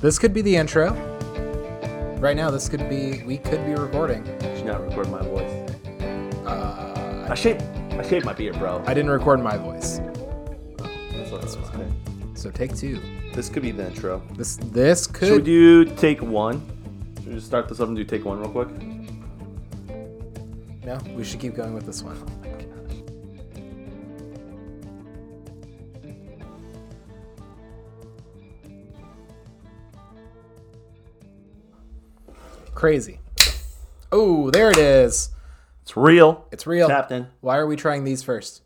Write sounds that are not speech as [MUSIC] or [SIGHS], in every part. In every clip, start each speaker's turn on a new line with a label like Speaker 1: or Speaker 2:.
Speaker 1: This could be the intro. Right now, this could be we could be recording.
Speaker 2: Should not record my voice.
Speaker 1: Uh,
Speaker 2: I shape, I shape my beard, bro.
Speaker 1: I didn't record my voice,
Speaker 2: That's what that's okay.
Speaker 1: so take two.
Speaker 2: This could be the intro.
Speaker 1: This this
Speaker 2: Should we
Speaker 1: could.
Speaker 2: do take one? Should we just start this up and do take one real quick?
Speaker 1: no, we should keep going with this one. Crazy. Oh, there it is.
Speaker 2: It's real.
Speaker 1: It's real.
Speaker 2: Captain.
Speaker 1: Why are we trying these first?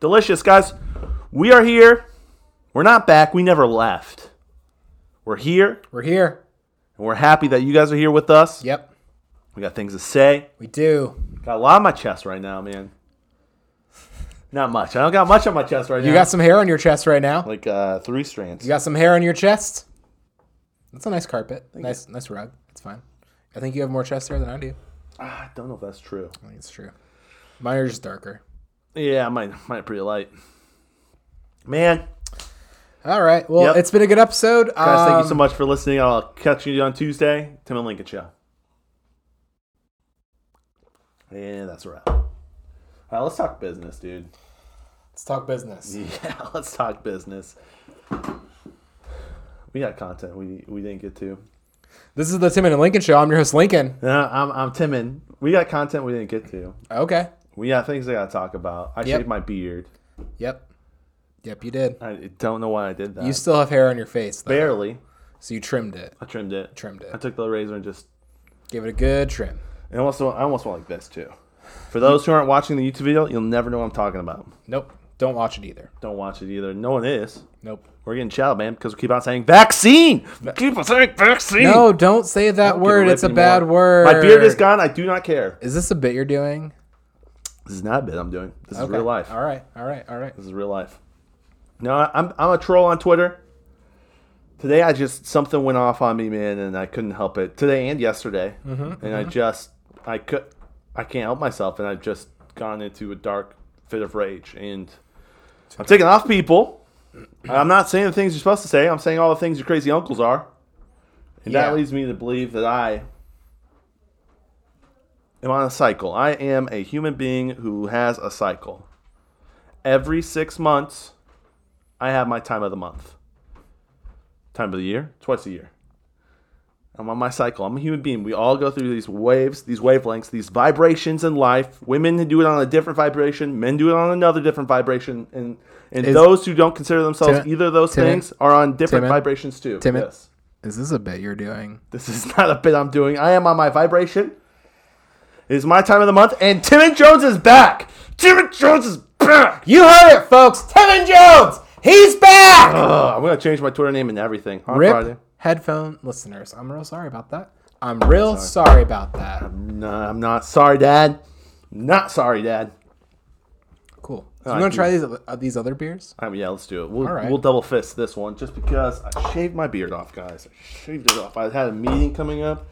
Speaker 2: Delicious, guys. We are here. We're not back. We never left. We're here,
Speaker 1: We're here.
Speaker 2: and we're happy that you guys are here with us.
Speaker 1: Yep,
Speaker 2: We got things to say.
Speaker 1: we do.
Speaker 2: Got a lot on my chest right now, man. Not much. I don't got much on my chest right
Speaker 1: You
Speaker 2: now.
Speaker 1: got some hair on your chest right now.
Speaker 2: like uh, three strands.
Speaker 1: You got some hair on your chest. That's a nice carpet. Nice, nice rug. It's fine. I think you have more chest hair than I do.
Speaker 2: Ah, I don't know if that's true.
Speaker 1: I think it's true. Mine are just darker.
Speaker 2: Yeah, mine mine pretty light. Man,
Speaker 1: All right. Well,
Speaker 2: Yep.
Speaker 1: it's been a good episode.
Speaker 2: guys, thank you so
Speaker 1: Um,
Speaker 2: much for listening. I'll catch you on Tuesday. Tim and Lincoln show. Yeah, that's a wrap. All right, let's talk business, dude. [LAUGHS]
Speaker 1: Let's talk business.
Speaker 2: Yeah, let's talk business. We got content we we didn't get to.
Speaker 1: This is the Tim and Lincoln Show. I'm your host, Lincoln.
Speaker 2: Yeah, I'm I'm Timin. We got content we didn't get to.
Speaker 1: Okay.
Speaker 2: We got things I gotta talk about. I
Speaker 1: Yep.
Speaker 2: shaved my beard.
Speaker 1: Yep. Yep, you did.
Speaker 2: I don't know why I did that.
Speaker 1: You still have hair on your face, though.
Speaker 2: barely.
Speaker 1: So you trimmed it.
Speaker 2: I trimmed it.
Speaker 1: Trimmed
Speaker 2: I
Speaker 1: it.
Speaker 2: took the razor and just
Speaker 1: Give it a good trim.
Speaker 2: And I also, I almost went like this too. For those who aren't watching the YouTube video, you'll never know what I'm talking about.
Speaker 1: Nope. Don't watch it either.
Speaker 2: Don't watch it either. No one is.
Speaker 1: Nope.
Speaker 2: We're getting child, man, because we keep on saying vaccine. We keep on saying vaccine.
Speaker 1: No, don't say that
Speaker 2: Don't give
Speaker 1: word.
Speaker 2: rip
Speaker 1: It's a
Speaker 2: anymore.
Speaker 1: bad word.
Speaker 2: My beard is gone. I do not care.
Speaker 1: Is this a bit you're doing?
Speaker 2: This is not a bit I'm doing. This is
Speaker 1: Okay.
Speaker 2: real life.
Speaker 1: All right. All right. All right.
Speaker 2: This is real life. No, I- I'm I'm a troll on Twitter. Today I just something went off on me, man, and I couldn't help it. Today and yesterday, and I just I could I can't help myself, and I've just gone into a dark fit of rage, and I'm taking off people. I'm not saying the things you're supposed to say. I'm saying all the things your crazy uncles are, and
Speaker 1: Yeah.
Speaker 2: that leads me to believe that I am on a cycle. I am a human being who has a cycle every six months, I have my time of the month. Time of the year, twice a year. I'm on my cycle. I'm a human being. We all go through these waves, these wavelengths, these vibrations in life. Women do it on a different vibration. Men do it on another different vibration. And and
Speaker 1: Is-
Speaker 2: those who don't consider themselves
Speaker 1: Timon-
Speaker 2: either of those
Speaker 1: Timon-
Speaker 2: things are on different
Speaker 1: Timon-
Speaker 2: vibrations too.
Speaker 1: Timon-
Speaker 2: Yes.
Speaker 1: Is this a bit you're doing?
Speaker 2: This is [LAUGHS] not a bit I'm doing. I am on my vibration. It is my time of the month, and Timon Jones is back. Timon Jones is back.
Speaker 1: You heard it, folks. Kevin Jones, he's back.
Speaker 2: Ugh, I'm gonna change my Twitter name and everything on
Speaker 1: Rip
Speaker 2: Friday.
Speaker 1: headphone listeners. I'm real sorry about that. I'm real sorry about that.
Speaker 2: No, I'm not sorry, Dad. Not sorry, Dad.
Speaker 1: Cool. So you want to
Speaker 2: dude.
Speaker 1: try these uh, these other beers?
Speaker 2: Um, yeah, let's do it. We'll,
Speaker 1: All right.
Speaker 2: we'll double fist this one just because I shaved my beard off, guys. I shaved it off. I had a meeting coming up,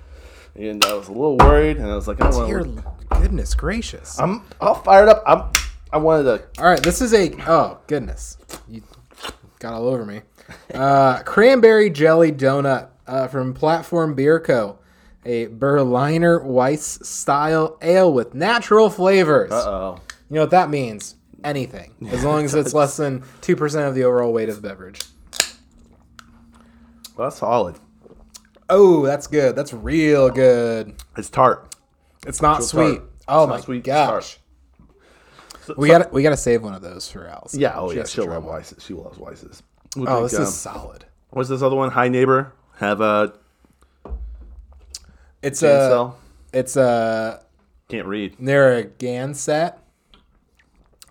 Speaker 2: and I was a little worried, and I was like, I don't
Speaker 1: Dear
Speaker 2: want.
Speaker 1: goodness gracious.
Speaker 2: I'm all fired up. I'm. I wanted to.
Speaker 1: all right, this is a oh goodness, you got all over me. Uh, [LAUGHS] cranberry jelly donut uh, from Platform Beer Co. A Berliner Weiss style ale with natural flavors.
Speaker 2: Uh oh.
Speaker 1: You know what that means? Anything. As long as it's less than 2% of the overall weight of the beverage.
Speaker 2: Well, that's solid.
Speaker 1: Oh, that's good. That's real good.
Speaker 2: It's tart.
Speaker 1: It's not
Speaker 2: tart.
Speaker 1: sweet. Oh
Speaker 2: It's not
Speaker 1: my
Speaker 2: sweet, it's
Speaker 1: gosh.
Speaker 2: So-
Speaker 1: We
Speaker 2: so-
Speaker 1: got we got to save one of those for Alice.
Speaker 2: Yeah. Oh
Speaker 1: She
Speaker 2: yeah.
Speaker 1: has to
Speaker 2: She'll
Speaker 1: try
Speaker 2: love
Speaker 1: one.
Speaker 2: Weisses. She loves Weisses.
Speaker 1: Oh, this is
Speaker 2: um,
Speaker 1: solid.
Speaker 2: What's this other one? Hi neighbor. Have uh, a.
Speaker 1: It's a
Speaker 2: Gansel.
Speaker 1: it's a
Speaker 2: Can't read.
Speaker 1: Narragansett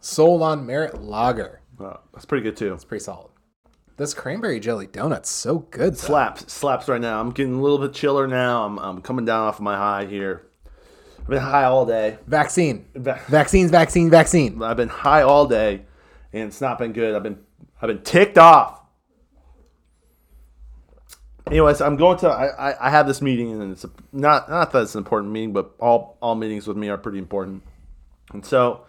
Speaker 1: Solon Merit Lager.
Speaker 2: Uh, that's pretty good too.
Speaker 1: Pretty solid. This cranberry jelly donut's so good. though.
Speaker 2: slaps slaps right now. I'm getting a little bit chiller now. I'm, I'm coming down off my high here. I've been high all day.
Speaker 1: Vaccine.
Speaker 2: Va-
Speaker 1: Vaccines, vaccine, vaccine.
Speaker 2: I've been high all day, and it's not been good. I've been I've been ticked off. Anyways, I'm going to I, I, I have this meeting and it's a, not not that it's an important meeting, but all all meetings with me are pretty important. And so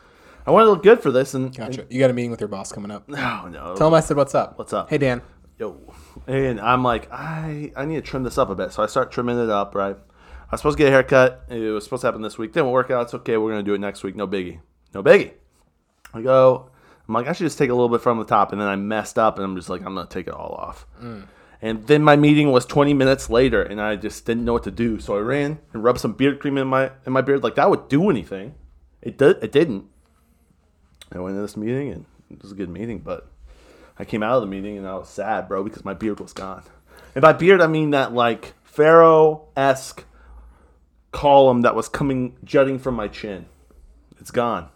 Speaker 2: I want to look good for this and, [SIGHS] oh,
Speaker 1: Gotcha. You got a meeting with your boss coming up.
Speaker 2: no no
Speaker 1: Tell him I said what's up.
Speaker 2: What's up?
Speaker 1: Hey Dan.
Speaker 2: yo. And I'm like, I I need to trim this up a bit. So I start trimming it up, right? I was supposed to get a haircut. It was supposed to happen this week. Didn't work out. It's okay. We're gonna do it next week. No biggie. No biggie. I go. I'm like, I should just take a little bit from the top, and then I messed up, and I'm just like, I'm gonna take it all off. And then my meeting was 20 minutes later, and I just didn't know what to do. So I ran and rubbed some beard cream in my in my beard, like that would do anything. It did. It didn't. I went to this meeting, and it was a good meeting, but I came out of the meeting and I was sad, bro, because my beard was gone. And by beard, I mean that like pharaoh esque column that was coming jutting from my chin. It's gone.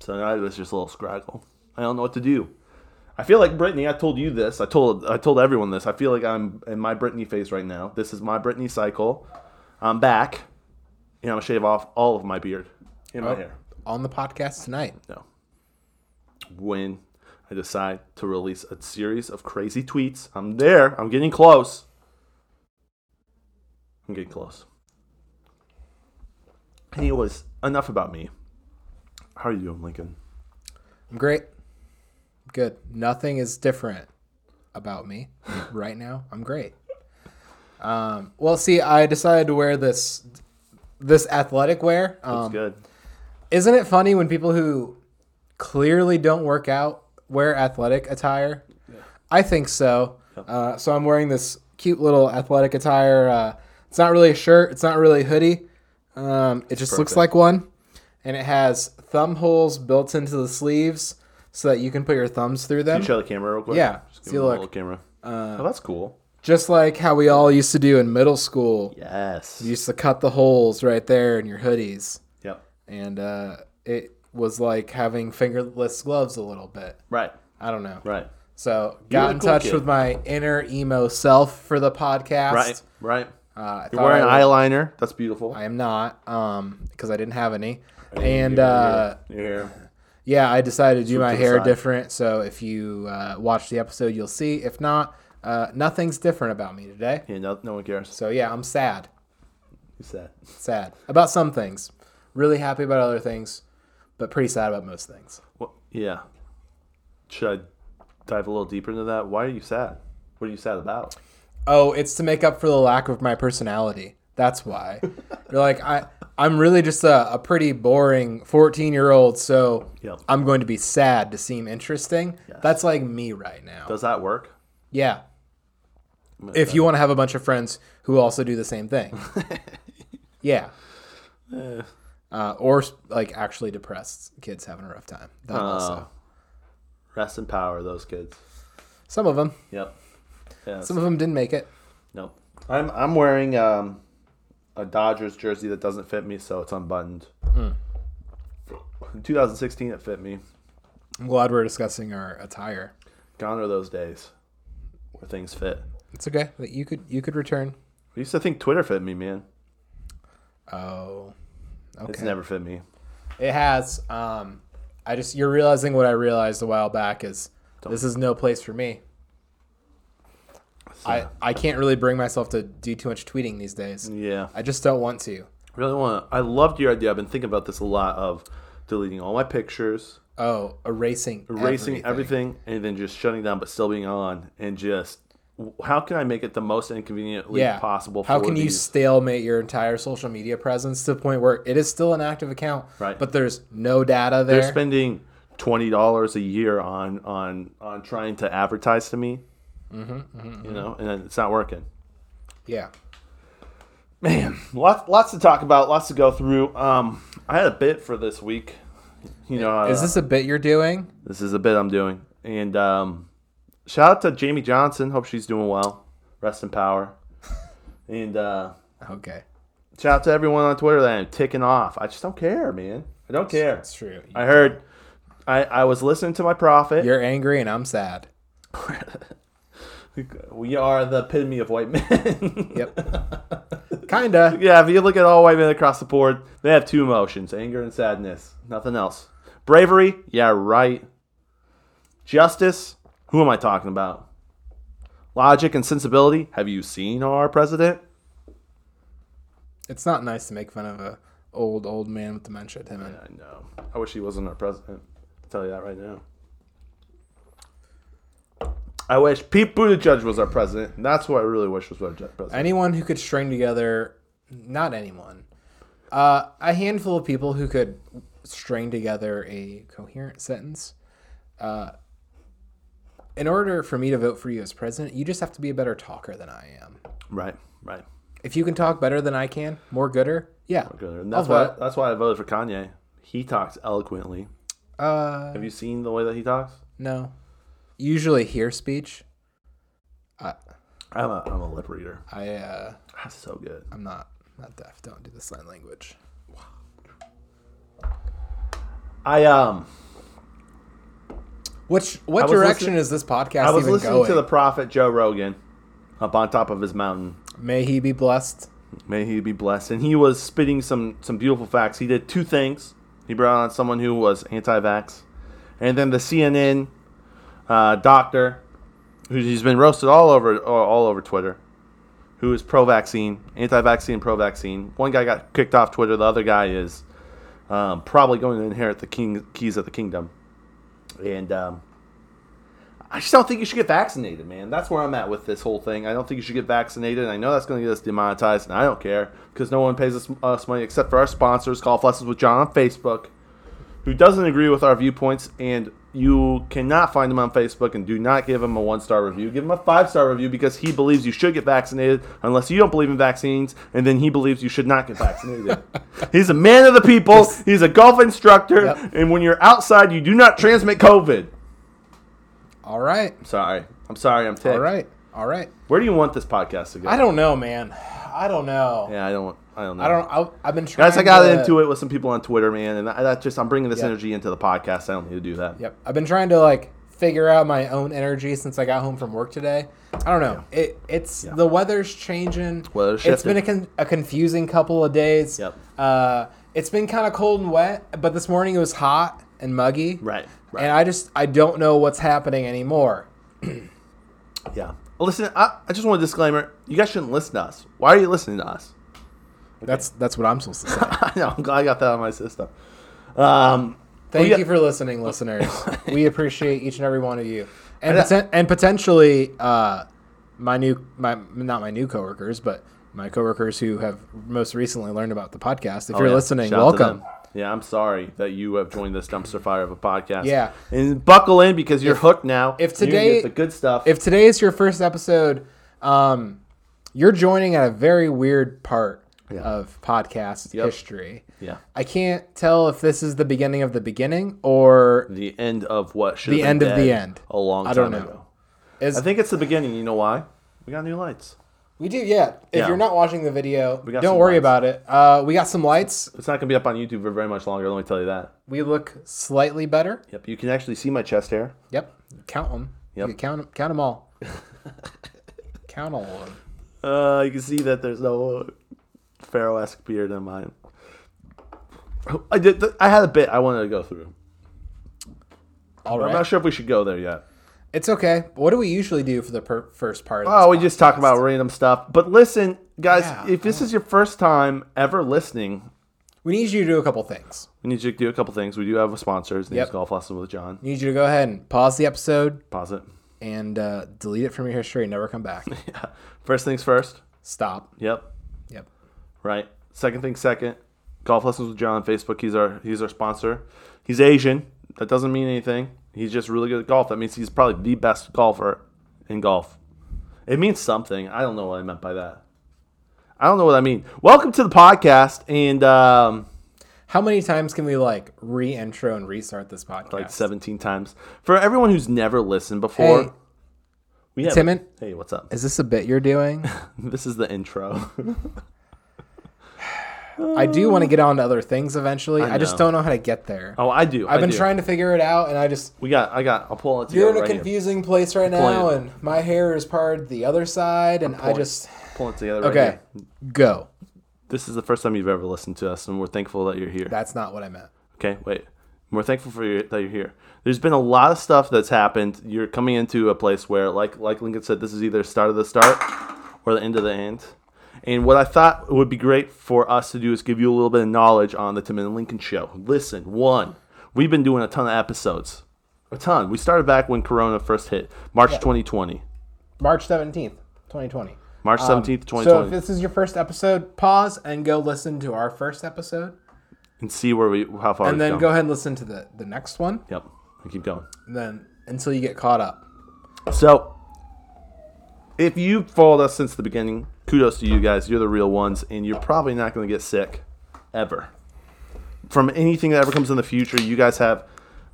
Speaker 2: So now it was just a little scraggle. I don't know what to do. I feel like Brittany. I told you this. I told I told everyone this. I feel like I'm in my Brittany phase right now. This is my Brittany cycle. I'm back, and I'm gonna shave off all of my beard and
Speaker 1: Oh.
Speaker 2: my hair.
Speaker 1: on the podcast tonight.
Speaker 2: No. When I decide to release a series of crazy tweets, I'm there. I'm getting close. I'm getting close. Anyways, enough about me. How are you doing, Lincoln?
Speaker 1: I'm great. Good. Nothing is different about me [LAUGHS] right now. I'm great. Um, well, see, I decided to wear this this athletic wear.
Speaker 2: It's
Speaker 1: Um,
Speaker 2: good.
Speaker 1: isn't it funny when people who clearly don't work out wear athletic attire? I think so. Uh, so I'm wearing this cute little athletic attire. Uh, it's not really a shirt. It's not really a hoodie. Um, it just looks like
Speaker 2: perfect.
Speaker 1: one, and it has thumb holes built into the sleeves so that you can put your thumbs through them.
Speaker 2: Can you show the camera real quick?
Speaker 1: Yeah,
Speaker 2: Just give
Speaker 1: see,
Speaker 2: him a
Speaker 1: look. uh,
Speaker 2: little camera. oh, that's cool.
Speaker 1: Just like how we all used to do in middle school.
Speaker 2: Yes.
Speaker 1: You used to cut the holes right there in your hoodies.
Speaker 2: Yep.
Speaker 1: And uh, it was like having fingerless gloves a little bit.
Speaker 2: Right.
Speaker 1: I don't know.
Speaker 2: Right.
Speaker 1: So
Speaker 2: were
Speaker 1: got
Speaker 2: a
Speaker 1: in
Speaker 2: cool
Speaker 1: touch
Speaker 2: kid.
Speaker 1: with my inner emo self for the podcast.
Speaker 2: Right. Right.
Speaker 1: Uh, I
Speaker 2: You're wearing
Speaker 1: I,
Speaker 2: eyeliner. That's beautiful.
Speaker 1: I am not, um, because I didn't have any. And uh,
Speaker 2: Your hair.
Speaker 1: yeah, I decided to do my
Speaker 2: to the
Speaker 1: hair
Speaker 2: side.
Speaker 1: different. So if you uh, watch the episode, you'll see. If not, uh, nothing's different about me today.
Speaker 2: Yeah, no, no one cares.
Speaker 1: So yeah, I'm sad.
Speaker 2: Who's that?
Speaker 1: Sad about some things. Really happy about other things, but pretty sad about most things.
Speaker 2: Well, yeah. Should I dive a little deeper into that? Why are you sad? What are you sad about?
Speaker 1: oh it's to make up for the lack of my personality that's
Speaker 2: [LAUGHS]
Speaker 1: why you're like i i'm really just a, a pretty boring 14 year old so
Speaker 2: Yep.
Speaker 1: i'm going to be sad to seem interesting that's like me right now
Speaker 2: Does that work?
Speaker 1: yeah if you want to have a bunch of friends who also do the same
Speaker 2: [LAUGHS]
Speaker 1: thing yeah
Speaker 2: Eh.
Speaker 1: uh, or like actually depressed kids having a rough time that
Speaker 2: Oh.
Speaker 1: also
Speaker 2: Rest in power, those kids.
Speaker 1: some of them
Speaker 2: Yep. Yes.
Speaker 1: some of them didn't make it
Speaker 2: Nope. I'm I'm wearing um, a Dodgers jersey that doesn't fit me, so it's unbuttoned. In 2016, it fit me.
Speaker 1: i'm glad we're discussing our attire
Speaker 2: Gone are those days where things fit.
Speaker 1: it's okay that you could you could return
Speaker 2: I used to think Twitter fit me, man.
Speaker 1: oh
Speaker 2: It's
Speaker 1: okay
Speaker 2: never fit me.
Speaker 1: It has. Um, I just you're realizing what I realized a while back is this is no place for me. I I can't really bring myself to do too much tweeting these days.
Speaker 2: Yeah.
Speaker 1: I just don't want to.
Speaker 2: Really want. to I loved your idea. I've been thinking about this a lot of deleting all my pictures,
Speaker 1: Oh, erasing,
Speaker 2: erasing everything. and then just shutting down, but still being on, and just w- how can I make it the most inconveniently
Speaker 1: Yeah.
Speaker 2: possible?
Speaker 1: How
Speaker 2: for
Speaker 1: can you
Speaker 2: these-
Speaker 1: stalemate your entire social media presence to the point where it is still an active account,
Speaker 2: Right.
Speaker 1: But there's no data there.
Speaker 2: They're spending twenty dollars a year on on on trying to advertise to me.
Speaker 1: Mm-hmm,
Speaker 2: you know, and it's not working.
Speaker 1: yeah.
Speaker 2: Man, lots lots to talk about, lots to go through. Um, I had a bit for this week. You know,
Speaker 1: Is
Speaker 2: uh,
Speaker 1: this a bit you're doing?
Speaker 2: This is a bit I'm doing. And um, shout out to Jamie Johnson. Hope she's doing well. Rest in power. And uh,
Speaker 1: Okay,
Speaker 2: shout out to everyone on Twitter that I'm ticking off. I just don't care, man. I don't care.
Speaker 1: that's true.
Speaker 2: I heard. I, I was listening to my prophet.
Speaker 1: You're angry and I'm sad.
Speaker 2: [LAUGHS] we are the epitome of white men.
Speaker 1: Yep. [LAUGHS] Kinda.
Speaker 2: yeah, if you look at all white men across the board, they have two emotions anger and sadness. Nothing else. Bravery, yeah, right. Justice, who am I talking about? Logic and sensibility, have you seen our president?
Speaker 1: It's not nice to make fun of a old old man with dementia, Tim.
Speaker 2: I know. I wish he wasn't our president. I'll tell you that right now. I wish Pete Buttigieg was our president. And that's what I really wish was our ju- president.
Speaker 1: Anyone who could string together, not anyone, uh, a handful of people who could string together a coherent sentence. Uh, in order for me to vote for you as president, you just have to be a better talker than I am.
Speaker 2: Right, right.
Speaker 1: If you can talk better than I can, more gooder, yeah.
Speaker 2: And that's
Speaker 1: I'll
Speaker 2: why
Speaker 1: vote.
Speaker 2: that's why I voted for Kanye. He talks eloquently.
Speaker 1: Uh,
Speaker 2: Have you seen the way that he talks?
Speaker 1: no. Usually hear speech.
Speaker 2: I'm a I'm a lip reader.
Speaker 1: I uh,
Speaker 2: That's so good.
Speaker 1: I'm not not deaf. Don't do the sign language.
Speaker 2: I um
Speaker 1: Which what
Speaker 2: was
Speaker 1: direction
Speaker 2: listening-
Speaker 1: is this podcast
Speaker 2: I was
Speaker 1: even
Speaker 2: listening
Speaker 1: going?
Speaker 2: to the prophet Joe Rogan up on top of his mountain.
Speaker 1: May he be blessed.
Speaker 2: May he be blessed. And he was spitting some some beautiful facts. He did two things. He brought on someone who was anti-vax, and then the CNN uh, doctor, who he's been roasted all over all over Twitter, who is pro-vaccine, anti-vaccine, pro-vaccine. One guy got kicked off Twitter. The other guy is um, probably going to inherit the king keys of the kingdom. And um, I just don't think you should get vaccinated, man. That's where I'm at with this whole thing. I don't think you should get vaccinated. And I know that's going to get us demonetized, and I don't care because no one pays us, us money except for our sponsors, Golf Lessons with John on Facebook, who doesn't agree with our viewpoints. And you cannot find him on Facebook and do not give him a one star review. Give him a five star review because he believes you should get vaccinated unless you don't believe in vaccines, and then he believes you should not get vaccinated. He's a man of the people, he's a golf instructor,
Speaker 1: Yep.
Speaker 2: and when you're outside, you do not transmit COVID.
Speaker 1: All right.
Speaker 2: Sorry. I'm sorry. I'm ticked.
Speaker 1: All right. All right.
Speaker 2: Where do you want this podcast to go?
Speaker 1: I don't know, man. I don't know.
Speaker 2: Yeah, I don't. I don't know.
Speaker 1: I don't. I, I've been trying.
Speaker 2: Guys, I got
Speaker 1: to,
Speaker 2: into it with some people on Twitter, man, and I, that just I'm bringing this
Speaker 1: Yeah.
Speaker 2: energy into the podcast. I don't need to do that.
Speaker 1: Yep. I've been trying to like figure out my own energy since I got home from work today. I don't know. It it's the weather's changing.
Speaker 2: Weather's
Speaker 1: it's been a,
Speaker 2: shifting.
Speaker 1: con- a confusing couple of days.
Speaker 2: Yep.
Speaker 1: Uh, it's been kind of cold and wet, but this morning it was hot and muggy.
Speaker 2: Right, right.
Speaker 1: And I just I don't know what's happening anymore.
Speaker 2: Yeah. Well, listen, I, I just want a disclaimer. You guys shouldn't listen to us. Why are you listening to us? [LAUGHS]
Speaker 1: That's that's what I'm supposed to say.
Speaker 2: I know. I'm glad I got that on my system. Um,
Speaker 1: Thank
Speaker 2: Well, yeah.
Speaker 1: you for listening,
Speaker 2: [LAUGHS]
Speaker 1: listeners. we appreciate each and every one of you, and poten- and potentially uh, my new my not my new coworkers, but my coworkers who have most recently learned about the podcast. If you're
Speaker 2: Oh, yeah,
Speaker 1: listening,
Speaker 2: shout out to
Speaker 1: welcome.
Speaker 2: them. Yeah, I'm sorry that you have joined this dumpster fire of a podcast.
Speaker 1: Yeah.
Speaker 2: And buckle in because you're hooked now.
Speaker 1: if
Speaker 2: You
Speaker 1: today-
Speaker 2: get the good stuff.
Speaker 1: If today is your first episode, um, you're joining at a very weird part of podcast history.
Speaker 2: yeah.
Speaker 1: I can't tell if this is the beginning of the beginning or
Speaker 2: The end of what should the
Speaker 1: end of the end.
Speaker 2: a long time
Speaker 1: I don't know.
Speaker 2: ago.
Speaker 1: is
Speaker 2: I think it's the beginning. You know why? We got new lights.
Speaker 1: we do. Yeah, if
Speaker 2: Yeah.
Speaker 1: you're not watching the video,
Speaker 2: got
Speaker 1: don't
Speaker 2: some
Speaker 1: worry
Speaker 2: lights.
Speaker 1: about it. Uh, we got some lights.
Speaker 2: It's not gonna be up on YouTube for very much longer. Let me tell you that.
Speaker 1: We look slightly better.
Speaker 2: Yep, you can actually see my chest hair.
Speaker 1: Yep. Count them.
Speaker 2: Yep.
Speaker 1: You can count 'em- count them all.
Speaker 2: [LAUGHS]
Speaker 1: count all of them.
Speaker 2: Uh, you can see that there's no pharaoh-esque beard on mine. I did. Th- I had a bit I wanted to go through.
Speaker 1: All
Speaker 2: I'm
Speaker 1: right.
Speaker 2: not sure if we should go there yet.
Speaker 1: it's okay. What do we usually do for the per- first part? Of
Speaker 2: Oh, we
Speaker 1: this
Speaker 2: just talk about random stuff. But listen, guys,
Speaker 1: Yeah,
Speaker 2: if this is your first time ever listening,
Speaker 1: pod? we need you to do a couple things.
Speaker 2: we need you to do a couple things. We do have a sponsor. His name's
Speaker 1: Yep.
Speaker 2: Golf Lesson with John.
Speaker 1: We need you to go ahead and pause the episode
Speaker 2: Pause it. [LAUGHS]
Speaker 1: and uh, delete it from your history and never come back.
Speaker 2: Yeah. First things first.
Speaker 1: Stop.
Speaker 2: Yep.
Speaker 1: Yep.
Speaker 2: right? Second thing, second, golf lessons with John on Facebook. He's our he's our sponsor. He's Asian. That doesn't mean anything. He's just really good at golf. That means he's probably the best golfer in golf. It means something. I don't know what I meant by that. I don't know what I mean. Welcome to the podcast, and um,
Speaker 1: How many times can we like re-intro and restart this podcast?
Speaker 2: like seventeen times for everyone who's never listened before.
Speaker 1: hey,
Speaker 2: we have
Speaker 1: Timon?
Speaker 2: Hey, what's up? [LAUGHS]
Speaker 1: is this a bit you're doing?
Speaker 2: This is the intro. [LAUGHS]
Speaker 1: I do want to get on to other things eventually. I, just
Speaker 2: know.
Speaker 1: don't know how to get there.
Speaker 2: oh, I do.
Speaker 1: I've been
Speaker 2: do.
Speaker 1: trying to figure it out, and I just
Speaker 2: We got. I got. I'll pull it
Speaker 1: You're
Speaker 2: together.
Speaker 1: in a
Speaker 2: right here.
Speaker 1: confusing place right now,
Speaker 2: pulling
Speaker 1: and my hair is part the other side, and I
Speaker 2: Pulling-
Speaker 1: just
Speaker 2: pulling it together. Right
Speaker 1: okay.
Speaker 2: here.
Speaker 1: Go.
Speaker 2: This is the first time you've ever listened to us, and we're thankful that you're here.
Speaker 1: That's not what I meant.
Speaker 2: okay, wait. We're thankful for you that you're here. There's been a lot of stuff that's happened. You're coming into a place where, like, like Lincoln said, this is either start of the start or the end of the end. And what I thought would be great for us to do is give you a little bit of knowledge on the Tim and Lincoln show. Listen, one, we've been doing a ton of episodes. A ton. We started back when Corona first hit, March 2020,
Speaker 1: March 17th, 2020.
Speaker 2: March 17th,
Speaker 1: Um, So if
Speaker 2: 2020,
Speaker 1: this is your first episode, pause and go listen to our first episode,
Speaker 2: and see where we how far
Speaker 1: and
Speaker 2: we've
Speaker 1: then
Speaker 2: come.
Speaker 1: go ahead and listen to the the next one,
Speaker 2: Yep, we keep going.
Speaker 1: and then until you get caught up.
Speaker 2: So, if you've followed us since the beginning, kudos to you guys. You're the real ones, and you're probably not going to get sick ever from anything that ever comes in the future. You guys have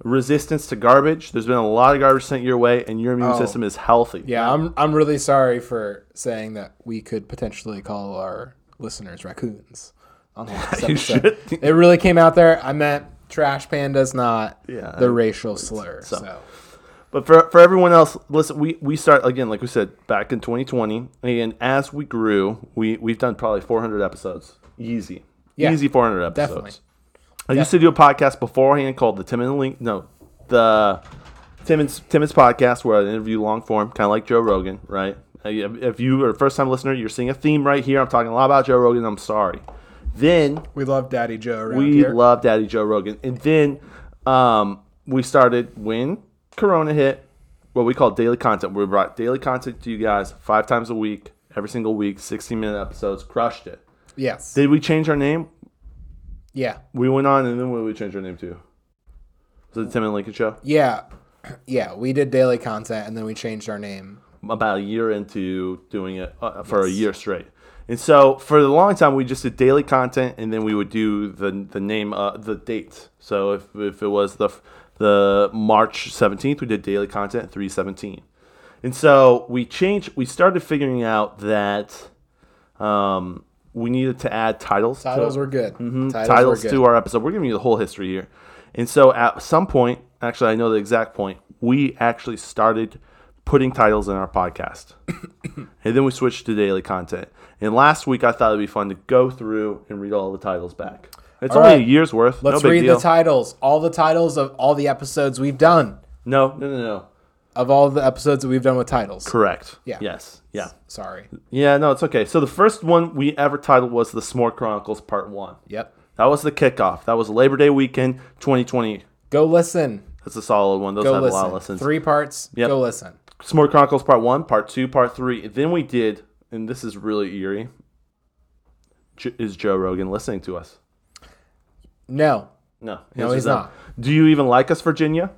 Speaker 2: resistance to garbage. There's been a lot of garbage sent your way, and your immune system is healthy.
Speaker 1: Oh. Yeah, I'm I'm really sorry for saying that we could potentially call our listeners raccoons. On the last
Speaker 2: [LAUGHS] You
Speaker 1: episode.
Speaker 2: should.
Speaker 1: It really came out there. I meant trash pandas, not
Speaker 2: Yeah,
Speaker 1: the racial slur. So.
Speaker 2: But for, for everyone else, listen, we, we start again, like we said, back in 2020, and as we grew, we we've done probably 400 episodes, easy,
Speaker 1: Yeah.
Speaker 2: easy 400 episodes.
Speaker 1: Definitely.
Speaker 2: I used to do a podcast beforehand called the Tim and Link, no, the Timmons Timmons podcast where I interview long form, kind of like Joe Rogan, right? Uh, If if you are a first time listener, you're seeing a theme right here. I'm talking a lot about Joe Rogan. I'm sorry. Then
Speaker 1: we love Daddy Joe around
Speaker 2: we
Speaker 1: here.
Speaker 2: love Daddy Joe Rogan. And then um, we started when Corona hit, what we call daily content. We brought daily content to you guys five times a week, every single week, 60 minute episodes, crushed it.
Speaker 1: yes.
Speaker 2: Did we change our name?
Speaker 1: yeah.
Speaker 2: We went on, and then what did we change our name to? Was it the Tim and Lincoln Show?
Speaker 1: Yeah. [CLEARS THROAT] Yeah. We did daily content and then we changed our name.
Speaker 2: About a year into doing it uh, for a year straight. And so for the long time, we just did daily content, and then we would do the the name, uh, the date. So if, if it was the f- the March seventeenth, we did daily content three seventeen, and so we changed. We started figuring out that um, we needed to add titles. to-
Speaker 1: Titles were good. Titles,
Speaker 2: Mm-hmm. titles
Speaker 1: were good.
Speaker 2: to our episode. We're giving you the whole history here. And so at some point, actually, I know the exact point, we actually started putting titles in our podcast. [COUGHS] and then we switched to daily content. And last week, I thought it'd be fun to go through and read all the titles back. It's
Speaker 1: All
Speaker 2: only a
Speaker 1: right.
Speaker 2: year's worth.
Speaker 1: Let's
Speaker 2: no big
Speaker 1: read
Speaker 2: deal.
Speaker 1: the titles. All the titles of all the episodes we've done.
Speaker 2: no, no, no, no.
Speaker 1: Of all the episodes that we've done with titles.
Speaker 2: Correct.
Speaker 1: Yeah.
Speaker 2: Yes. Yeah.
Speaker 1: Sorry.
Speaker 2: Yeah, no, it's okay. So the first one we ever titled was The S'more Chronicles Part 1.
Speaker 1: Yep.
Speaker 2: That was the kickoff. That was Labor Day weekend 2020.
Speaker 1: Go listen.
Speaker 2: That's a solid one. Those
Speaker 1: Go
Speaker 2: have a lot
Speaker 1: listen.
Speaker 2: of listens.
Speaker 1: Three parts.
Speaker 2: Yep.
Speaker 1: Go listen.
Speaker 2: S'more Chronicles Part 1, Part 2, Part 3. And then we did, and this is really eerie. J- is Joe Rogan listening to us?
Speaker 1: No.
Speaker 2: No.
Speaker 1: No,
Speaker 2: Answer's
Speaker 1: he's not.
Speaker 2: Do you even like us, Virginia?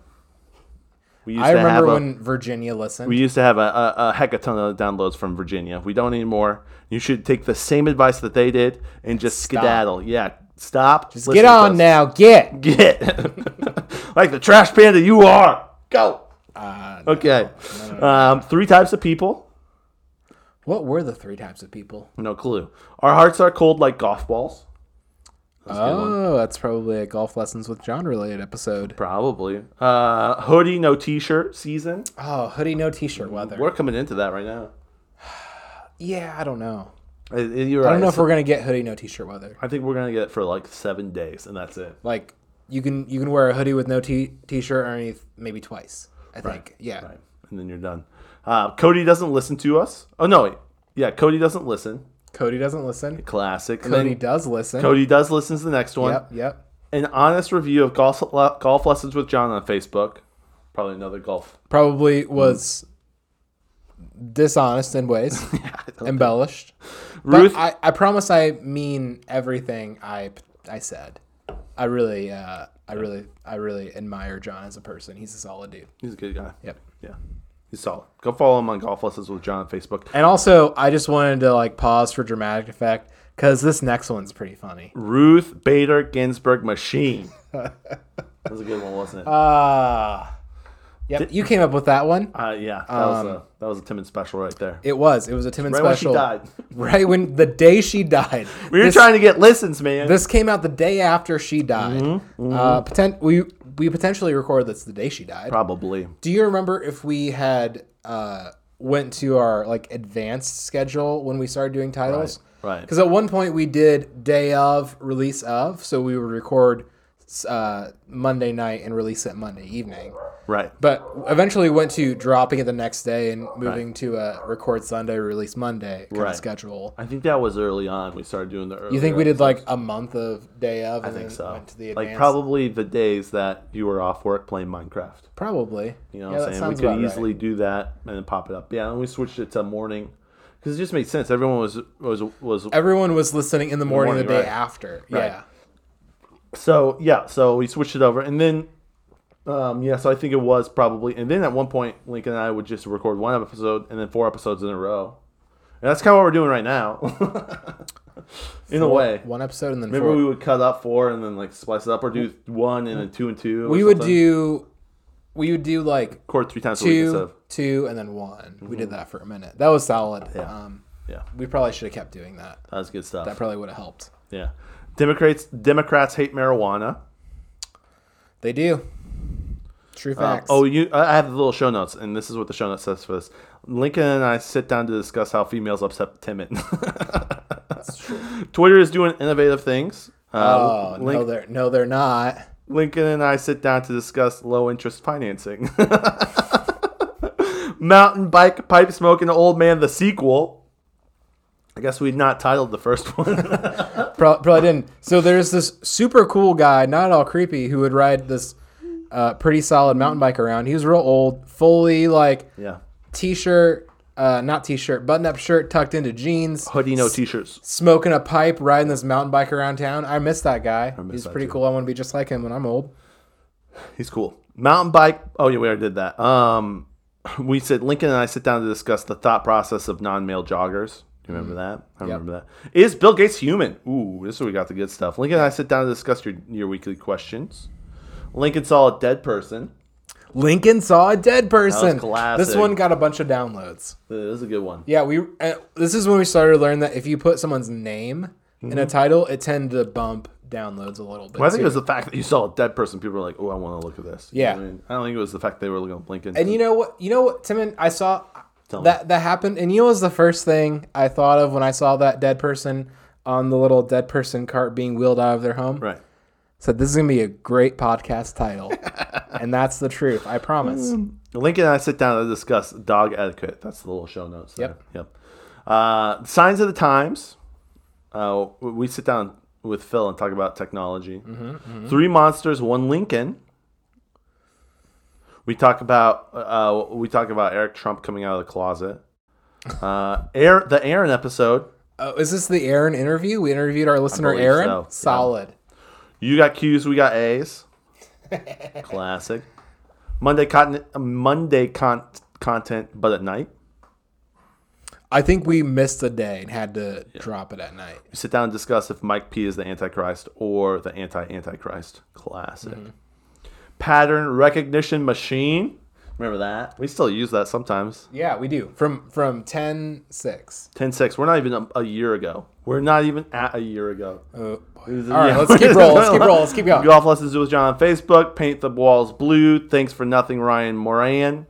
Speaker 2: We used
Speaker 1: I remember
Speaker 2: have a,
Speaker 1: when Virginia listened.
Speaker 2: we used to have a, a, a hecaton of downloads from Virginia. We don't anymore. You should take the same advice that they did and just skedaddle. Yeah, stop. Just
Speaker 1: Get on now. Get.
Speaker 2: Get [LAUGHS] like the trash panda you are. Go.
Speaker 1: Uh,
Speaker 2: Okay. Um, three types of people.
Speaker 1: what were the three types of people?
Speaker 2: No clue. Our hearts are cold like golf balls.
Speaker 1: Oh, that's probably a golf lessons with John related episode.
Speaker 2: Probably. Uh, hoodie, no t-shirt season.
Speaker 1: Oh, hoodie, no t-shirt weather.
Speaker 2: We're coming into that right now.
Speaker 1: Yeah, I don't know.
Speaker 2: Uh, You're
Speaker 1: I
Speaker 2: right.
Speaker 1: don't know if
Speaker 2: So
Speaker 1: we're gonna get hoodie, no t-shirt weather.
Speaker 2: I think we're gonna get it for like seven days, and that's it.
Speaker 1: Like you can you can wear a hoodie with no t t-shirt underneath maybe twice. I think. Yeah.
Speaker 2: Right. And then you're done. Uh, Cody doesn't listen to us. Oh no, wait. yeah, Cody doesn't listen.
Speaker 1: Cody doesn't listen.
Speaker 2: Classic. And then
Speaker 1: Cody does listen.
Speaker 2: Cody does listen to the next one.
Speaker 1: Yep. Yep.
Speaker 2: An honest review of golf golf lessons with John on Facebook. Probably another
Speaker 1: [LAUGHS]
Speaker 2: golf.
Speaker 1: Probably was
Speaker 2: Hmm.
Speaker 1: dishonest in ways,
Speaker 2: [LAUGHS]
Speaker 1: embellished.
Speaker 2: Ruth,
Speaker 1: But I, I promise I mean everything I I said. I really uh, I really I really admire John as a person. He's a solid dude.
Speaker 2: he's a good guy.
Speaker 1: Yep.
Speaker 2: Yeah. He's solid. Go follow him on Golf Lessons with John on Facebook.
Speaker 1: And also, I just wanted to like pause for dramatic effect because this next one's pretty funny.
Speaker 2: Ruth Bader
Speaker 1: [LAUGHS]
Speaker 2: Ginsburg Machine. that was a good one, wasn't it? Uh,
Speaker 1: Ah, yep. you came up with that one.
Speaker 2: Uh, yeah, that was a that was a Timmons special right there.
Speaker 1: um, It was. It was a Tim and
Speaker 2: Right when she
Speaker 1: special.
Speaker 2: died.
Speaker 1: [LAUGHS] Right when the day she died.
Speaker 2: [LAUGHS] We were
Speaker 1: this,
Speaker 2: trying to get listens, man.
Speaker 1: This came out the day after she died.
Speaker 2: Mm-hmm,
Speaker 1: Uh, potent, we we potentially recorded this the day she died.
Speaker 2: Probably.
Speaker 1: Do you remember if we had uh, went to our like advanced schedule when we started doing titles?
Speaker 2: Right, right.
Speaker 1: Because at one point we did day of release of, so we would record uh, Monday night and release it Monday evening.
Speaker 2: Right.
Speaker 1: But eventually went to dropping it the next day and moving to a record Sunday, release Monday kind
Speaker 2: Right.
Speaker 1: of schedule.
Speaker 2: I think that was early on. We started doing the. Earlier
Speaker 1: You think we did like a month of day of? And
Speaker 2: I think
Speaker 1: then
Speaker 2: so.
Speaker 1: Went to the
Speaker 2: like
Speaker 1: advanced?
Speaker 2: probably the days that you were off work playing Minecraft.
Speaker 1: probably.
Speaker 2: You know
Speaker 1: Yeah, that
Speaker 2: what I'm saying? We
Speaker 1: sounds
Speaker 2: could
Speaker 1: about right.
Speaker 2: easily do that and then pop it up. Yeah, and we switched it to morning because it just made sense. Everyone was was was
Speaker 1: Everyone was listening in the morning,
Speaker 2: morning,
Speaker 1: the day
Speaker 2: right.
Speaker 1: after. Yeah.
Speaker 2: so yeah. So we switched it over, and then um, yeah. So I think it was probably, and then at one point, Lincoln and I would just record one episode and then four episodes in a row. And that's kind of what we're doing right now, [LAUGHS] in a way.
Speaker 1: One episode and then
Speaker 2: Remember,
Speaker 1: four.
Speaker 2: we would cut up four and then like splice it up, or do one and then two and two. or
Speaker 1: we would
Speaker 2: something.
Speaker 1: do we would do like
Speaker 2: record three times a week
Speaker 1: two,
Speaker 2: instead of Mhm.
Speaker 1: two, and then one. We did that for a minute. That was solid. Um,
Speaker 2: yeah.
Speaker 1: we probably should have kept doing that.
Speaker 2: That's good stuff.
Speaker 1: That probably would have helped.
Speaker 2: yeah. Democrats Democrats hate marijuana.
Speaker 1: They do. True
Speaker 2: Um,
Speaker 1: facts.
Speaker 2: oh, you I I have the little show notes, and this is what the show notes says for this. Lincoln and I sit down to discuss how females upset Timid. [LAUGHS]
Speaker 1: [LAUGHS] that's true.
Speaker 2: Twitter is doing innovative things. Uh,
Speaker 1: Oh no,
Speaker 2: Link-
Speaker 1: they're no, they're not.
Speaker 2: Lincoln and I sit down to discuss low interest financing. [LAUGHS] Mountain bike, pipe smoke, and old man. The sequel. I guess we'd not titled the first one. [LAUGHS]
Speaker 1: Pro- probably didn't. So there's this super cool guy, not at all creepy, who would ride this uh, pretty solid mountain bike around. He was real old, fully like
Speaker 2: yeah,
Speaker 1: t-shirt, uh, not t-shirt, button-up shirt tucked into jeans,
Speaker 2: hoodie, no t-shirts.
Speaker 1: smoking a pipe, riding this mountain bike around town. I miss that guy. He's
Speaker 2: that
Speaker 1: pretty
Speaker 2: too.
Speaker 1: cool. I want to be just like him when I'm old.
Speaker 2: He's cool. Mountain bike. Oh yeah, we already did that. Um, we said Lincoln and I sit down to discuss the thought process of non-male joggers. You remember
Speaker 1: Mm-hmm.
Speaker 2: that? I remember that. Is Bill Gates human? Ooh, this is where we got the good stuff. Lincoln and I sit down to discuss your your weekly questions. Lincoln saw a dead person.
Speaker 1: Lincoln saw a dead person. This
Speaker 2: classic.
Speaker 1: one got a bunch of downloads.
Speaker 2: Uh, This is a good one.
Speaker 1: Yeah, we. Uh, this is when we started to learn that if you put someone's name in a title, it tended to bump downloads a little bit.
Speaker 2: Mhm. Well, I think
Speaker 1: too.
Speaker 2: it was the fact that you saw a dead person. People were like, "Oh, I want to look at this." You
Speaker 1: Yeah.
Speaker 2: know what I, mean? I don't think it was the fact they were looking at Lincoln.
Speaker 1: And you know what? You know what, Timon? I saw
Speaker 2: Tell me.
Speaker 1: that that happened, and you know what was the first thing I thought of when I saw that dead person on the little dead person cart being wheeled out of their home.
Speaker 2: right?
Speaker 1: Said this is gonna be a great podcast [LAUGHS] title, and that's the truth. I promise.
Speaker 2: Lincoln and I sit down to discuss dog etiquette. That's the little show notes. there.
Speaker 1: Yep.
Speaker 2: Yep. Uh, signs of the times. Uh, we we sit down with Phil and talk about technology. Three monsters, one Lincoln. We talk about uh, we talk about Eric Trump coming out of the closet. Uh, [LAUGHS] Air the Aaron episode.
Speaker 1: [LAUGHS] Oh, is this the Aaron interview? We interviewed our listener
Speaker 2: believe
Speaker 1: Aaron.
Speaker 2: so, yeah.
Speaker 1: Solid.
Speaker 2: You got Q's, we got A's. Classic. Monday content. Monday con- content, but at night.
Speaker 1: I think we missed a day and had to drop it at night.
Speaker 2: sit down and discuss if Mike P is the Antichrist or the anti Antichrist. Classic.
Speaker 1: Mm-hmm.
Speaker 2: Pattern recognition machine. Remember that? We still use that sometimes.
Speaker 1: Yeah, we do. From from 10 6.
Speaker 2: 10 6. We're not even a, a year ago. We're not even at a year ago.
Speaker 1: Oh, boy. All right, let's keep rolling.
Speaker 2: [LAUGHS]
Speaker 1: Let's keep rolling. Let's keep going.
Speaker 2: Golf lessons with John on Facebook. Paint the walls blue. Thanks for nothing, Ryan Moran.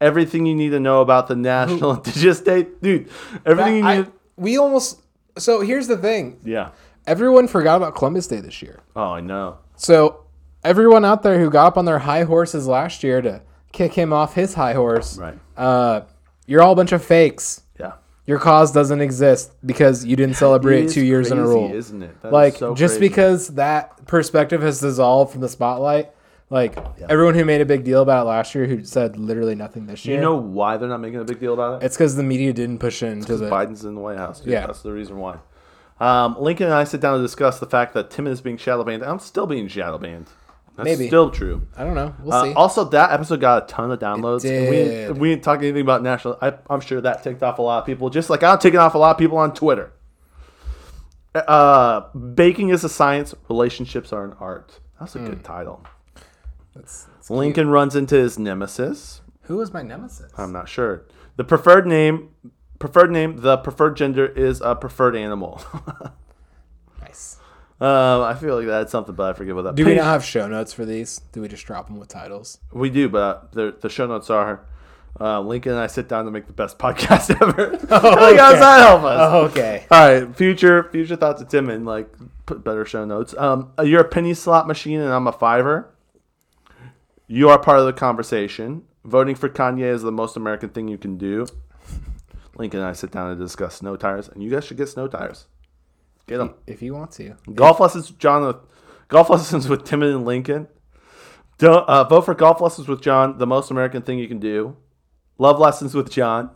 Speaker 2: Everything you need to know about
Speaker 1: [LAUGHS]
Speaker 2: the National [LAUGHS] Indigenous Day. Dude, everything
Speaker 1: I-
Speaker 2: you need.
Speaker 1: we almost. So here's the thing.
Speaker 2: yeah.
Speaker 1: Everyone forgot about Columbus Day this year.
Speaker 2: Oh, I know.
Speaker 1: So everyone out there who got up on their high horses last year to kick him off his high horse,
Speaker 2: Right.
Speaker 1: uh, you're all a bunch of fakes.
Speaker 2: Yeah.
Speaker 1: Your cause doesn't exist because you
Speaker 2: [LAUGHS]
Speaker 1: didn't celebrate
Speaker 2: It is
Speaker 1: two years in a
Speaker 2: crazy,
Speaker 1: row.
Speaker 2: isn't it? That is
Speaker 1: like
Speaker 2: so
Speaker 1: just
Speaker 2: crazy.
Speaker 1: because that perspective has dissolved from the spotlight, like everyone who made a big deal about it last year, who said literally nothing this year,
Speaker 2: You know why they're not making a big deal about it?
Speaker 1: it's because the media didn't push into the
Speaker 2: Biden's in the White House. Dude.
Speaker 1: Yeah.
Speaker 2: That's the reason why. Um, Lincoln and I sit down to discuss the fact that Tim is being shadow banned. I'm still being shadow banned. That's
Speaker 1: Maybe.
Speaker 2: still true.
Speaker 1: I don't know. We'll
Speaker 2: Uh,
Speaker 1: see.
Speaker 2: also, that episode got a ton of downloads. and we,
Speaker 1: did.
Speaker 2: didn't- we didn't talk anything about national. I, I'm sure that ticked off a lot of people, just like I'm taking off a lot of people on Twitter. Uh, baking is a science. Relationships are an art. That's a
Speaker 1: Hmm.
Speaker 2: good title.
Speaker 1: That's- that's-
Speaker 2: Lincoln runs into his nemesis.
Speaker 1: who was my nemesis?
Speaker 2: I'm not sure. The preferred name, preferred name, the preferred gender is a preferred animal. [LAUGHS]
Speaker 1: nice.
Speaker 2: um, I feel like that's something, but I forget what that.
Speaker 1: Do we not have show notes for these? Do we just drop them with titles?
Speaker 2: We do, but uh, the the show notes are. Uh, Lincoln and I sit down to make the best [LAUGHS] podcast ever. like, How does
Speaker 1: okay.
Speaker 2: that help us?
Speaker 1: okay.
Speaker 2: All right, future future thoughts of Tim and like uh, put better show notes. Um, you're a penny slot machine and I'm a fiver. You are part of the conversation. Voting for Kanye is the most American thing you can do. Lincoln and I sit down and discuss snow tires, and you guys should get snow tires. Get them.
Speaker 1: if he wants you.
Speaker 2: Golf lessons, with John. Golf lessons with Tim and Lincoln. Don't uh, vote for golf lessons with John. The most American thing you can do. Love lessons with John.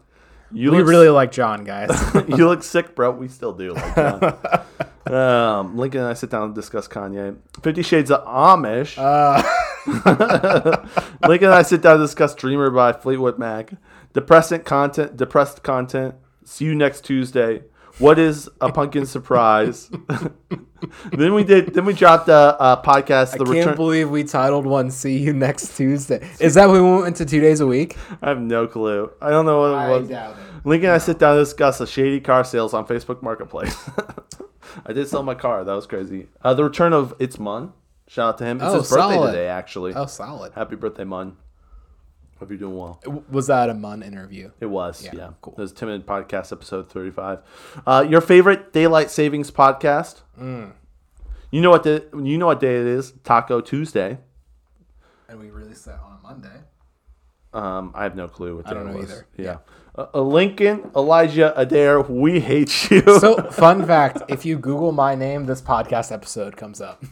Speaker 2: You
Speaker 1: We
Speaker 2: look
Speaker 1: really like John, [LAUGHS] guys.
Speaker 2: [LAUGHS] you look sick, bro. We still do. Like John. um, Lincoln and I sit down and discuss Kanye. Fifty Shades of Amish. [LAUGHS] Lincoln and I sit down and discuss Dreamer by Fleetwood Mac. Depressant content. Depressed content. See you next Tuesday. What is a pumpkin surprise? [LAUGHS] then we did. Then we dropped a, a podcast. The
Speaker 1: Can't
Speaker 2: return.
Speaker 1: believe we titled one "See You Next Tuesday." Is that when we went to two days a week?
Speaker 2: I have no clue. I don't know what it was.
Speaker 1: it.
Speaker 2: Lincoln and I sit down and discuss a shady car sales on
Speaker 1: [LAUGHS]
Speaker 2: Facebook Marketplace. I did sell my car. That was crazy. Uh, the return of It's Mun. Shout out to him. It's
Speaker 1: Oh,
Speaker 2: his birthday
Speaker 1: solid.
Speaker 2: today, actually.
Speaker 1: Oh, solid.
Speaker 2: Happy birthday, Mun. Hope you're doing well.
Speaker 1: W- Was that a Mun interview?
Speaker 2: It was, yeah.
Speaker 1: cool.
Speaker 2: It was Timid Podcast, episode 35. Uh, your favorite daylight savings podcast?
Speaker 1: Mm.
Speaker 2: You know what the, you know what day it is? Taco Tuesday.
Speaker 1: And we released that on Monday.
Speaker 2: Um, I have no clue what day
Speaker 1: don't
Speaker 2: it
Speaker 1: know
Speaker 2: was.
Speaker 1: either.
Speaker 2: Yeah. Uh, uh, Lincoln, Elijah, Adair, we hate you.
Speaker 1: [LAUGHS] So, fun fact: if you Google my name, this podcast episode comes [LAUGHS] up.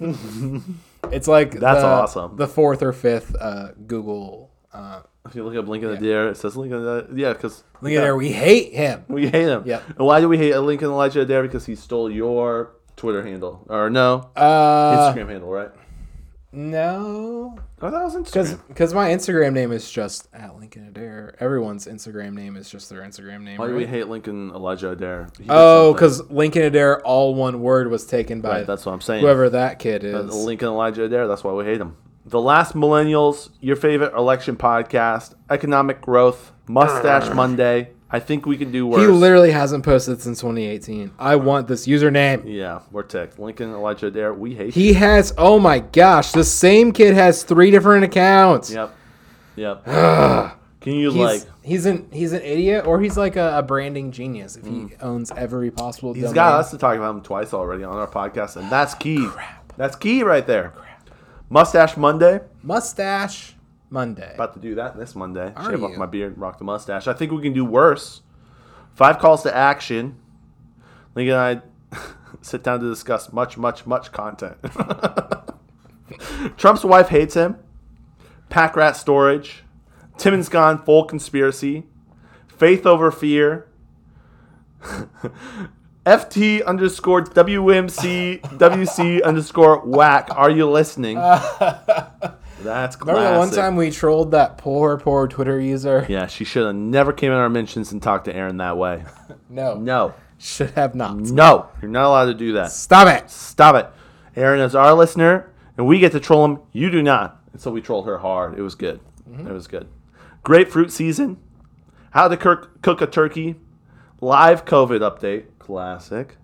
Speaker 1: it's like
Speaker 2: That's
Speaker 1: the-
Speaker 2: awesome.
Speaker 1: The fourth or fifth uh, Google. Uh,
Speaker 2: If you look up Lincoln Adair, it says Lincoln Adair. Yeah, because
Speaker 1: look at there. We hate him.
Speaker 2: we hate him.
Speaker 1: Yep.
Speaker 2: And why do we hate Lincoln Elijah Adair? Because he stole your Twitter handle. Or no,
Speaker 1: Uh,
Speaker 2: Instagram handle, right?
Speaker 1: no,
Speaker 2: Oh, that was
Speaker 1: because
Speaker 2: Instagram.
Speaker 1: my Instagram name is just at Lincoln Adair. Everyone's Instagram name is just their Instagram name.
Speaker 2: Why do
Speaker 1: right?
Speaker 2: we hate Lincoln Elijah Adair? He did
Speaker 1: Oh,
Speaker 2: something.
Speaker 1: because Lincoln Adair, all one word, was taken by
Speaker 2: Right, that's what I'm saying.
Speaker 1: whoever that kid
Speaker 2: And
Speaker 1: is.
Speaker 2: Lincoln Elijah Adair, that's why we hate him. The Last Millennials, your favorite election podcast, economic growth, Mustache Monday. I think we can do worse.
Speaker 1: Uh. He literally hasn't posted since 2018. I want this username.
Speaker 2: yeah, we're ticked. Lincoln Elijah Adair, we hate
Speaker 1: He has, oh my gosh, the same kid has three different accounts.
Speaker 2: you. Yep.
Speaker 1: [SIGHS]
Speaker 2: Yep. can you
Speaker 1: He's,
Speaker 2: like
Speaker 1: he's an he's an idiot, or he's like a, a branding genius if he owns every possible.
Speaker 2: Hmm. He's
Speaker 1: domain.
Speaker 2: got us to talk about him twice already on our podcast, and that's key. That's key right there. Mustache Monday.
Speaker 1: mustache Monday.
Speaker 2: About to do that this Monday.
Speaker 1: Are
Speaker 2: Shave off
Speaker 1: you?
Speaker 2: my beard and rock the mustache. I think we can do worse. Five calls to action. Lincoln and I [LAUGHS] sit down to discuss much, much, much content. [LAUGHS] Trump's wife hates him. Pack rat storage. Timmons gone full conspiracy. Faith over fear. [LAUGHS] FT underscore WMC WC underscore whack. Are you
Speaker 1: [LAUGHS]
Speaker 2: listening? That's classic.
Speaker 1: Remember the one time we trolled that poor, poor Twitter user?
Speaker 2: Yeah, she should have never came in our mentions and talked to Aaron that way.
Speaker 1: No,
Speaker 2: No,
Speaker 1: should have not.
Speaker 2: no, you're not allowed to do that.
Speaker 1: Stop it.
Speaker 2: Stop it. Aaron is our listener, and we get to troll him. You do not. And so we trolled her hard. It was good. It was good. Grapefruit season. How to kirk- cook a turkey. Live COVID update. Classic.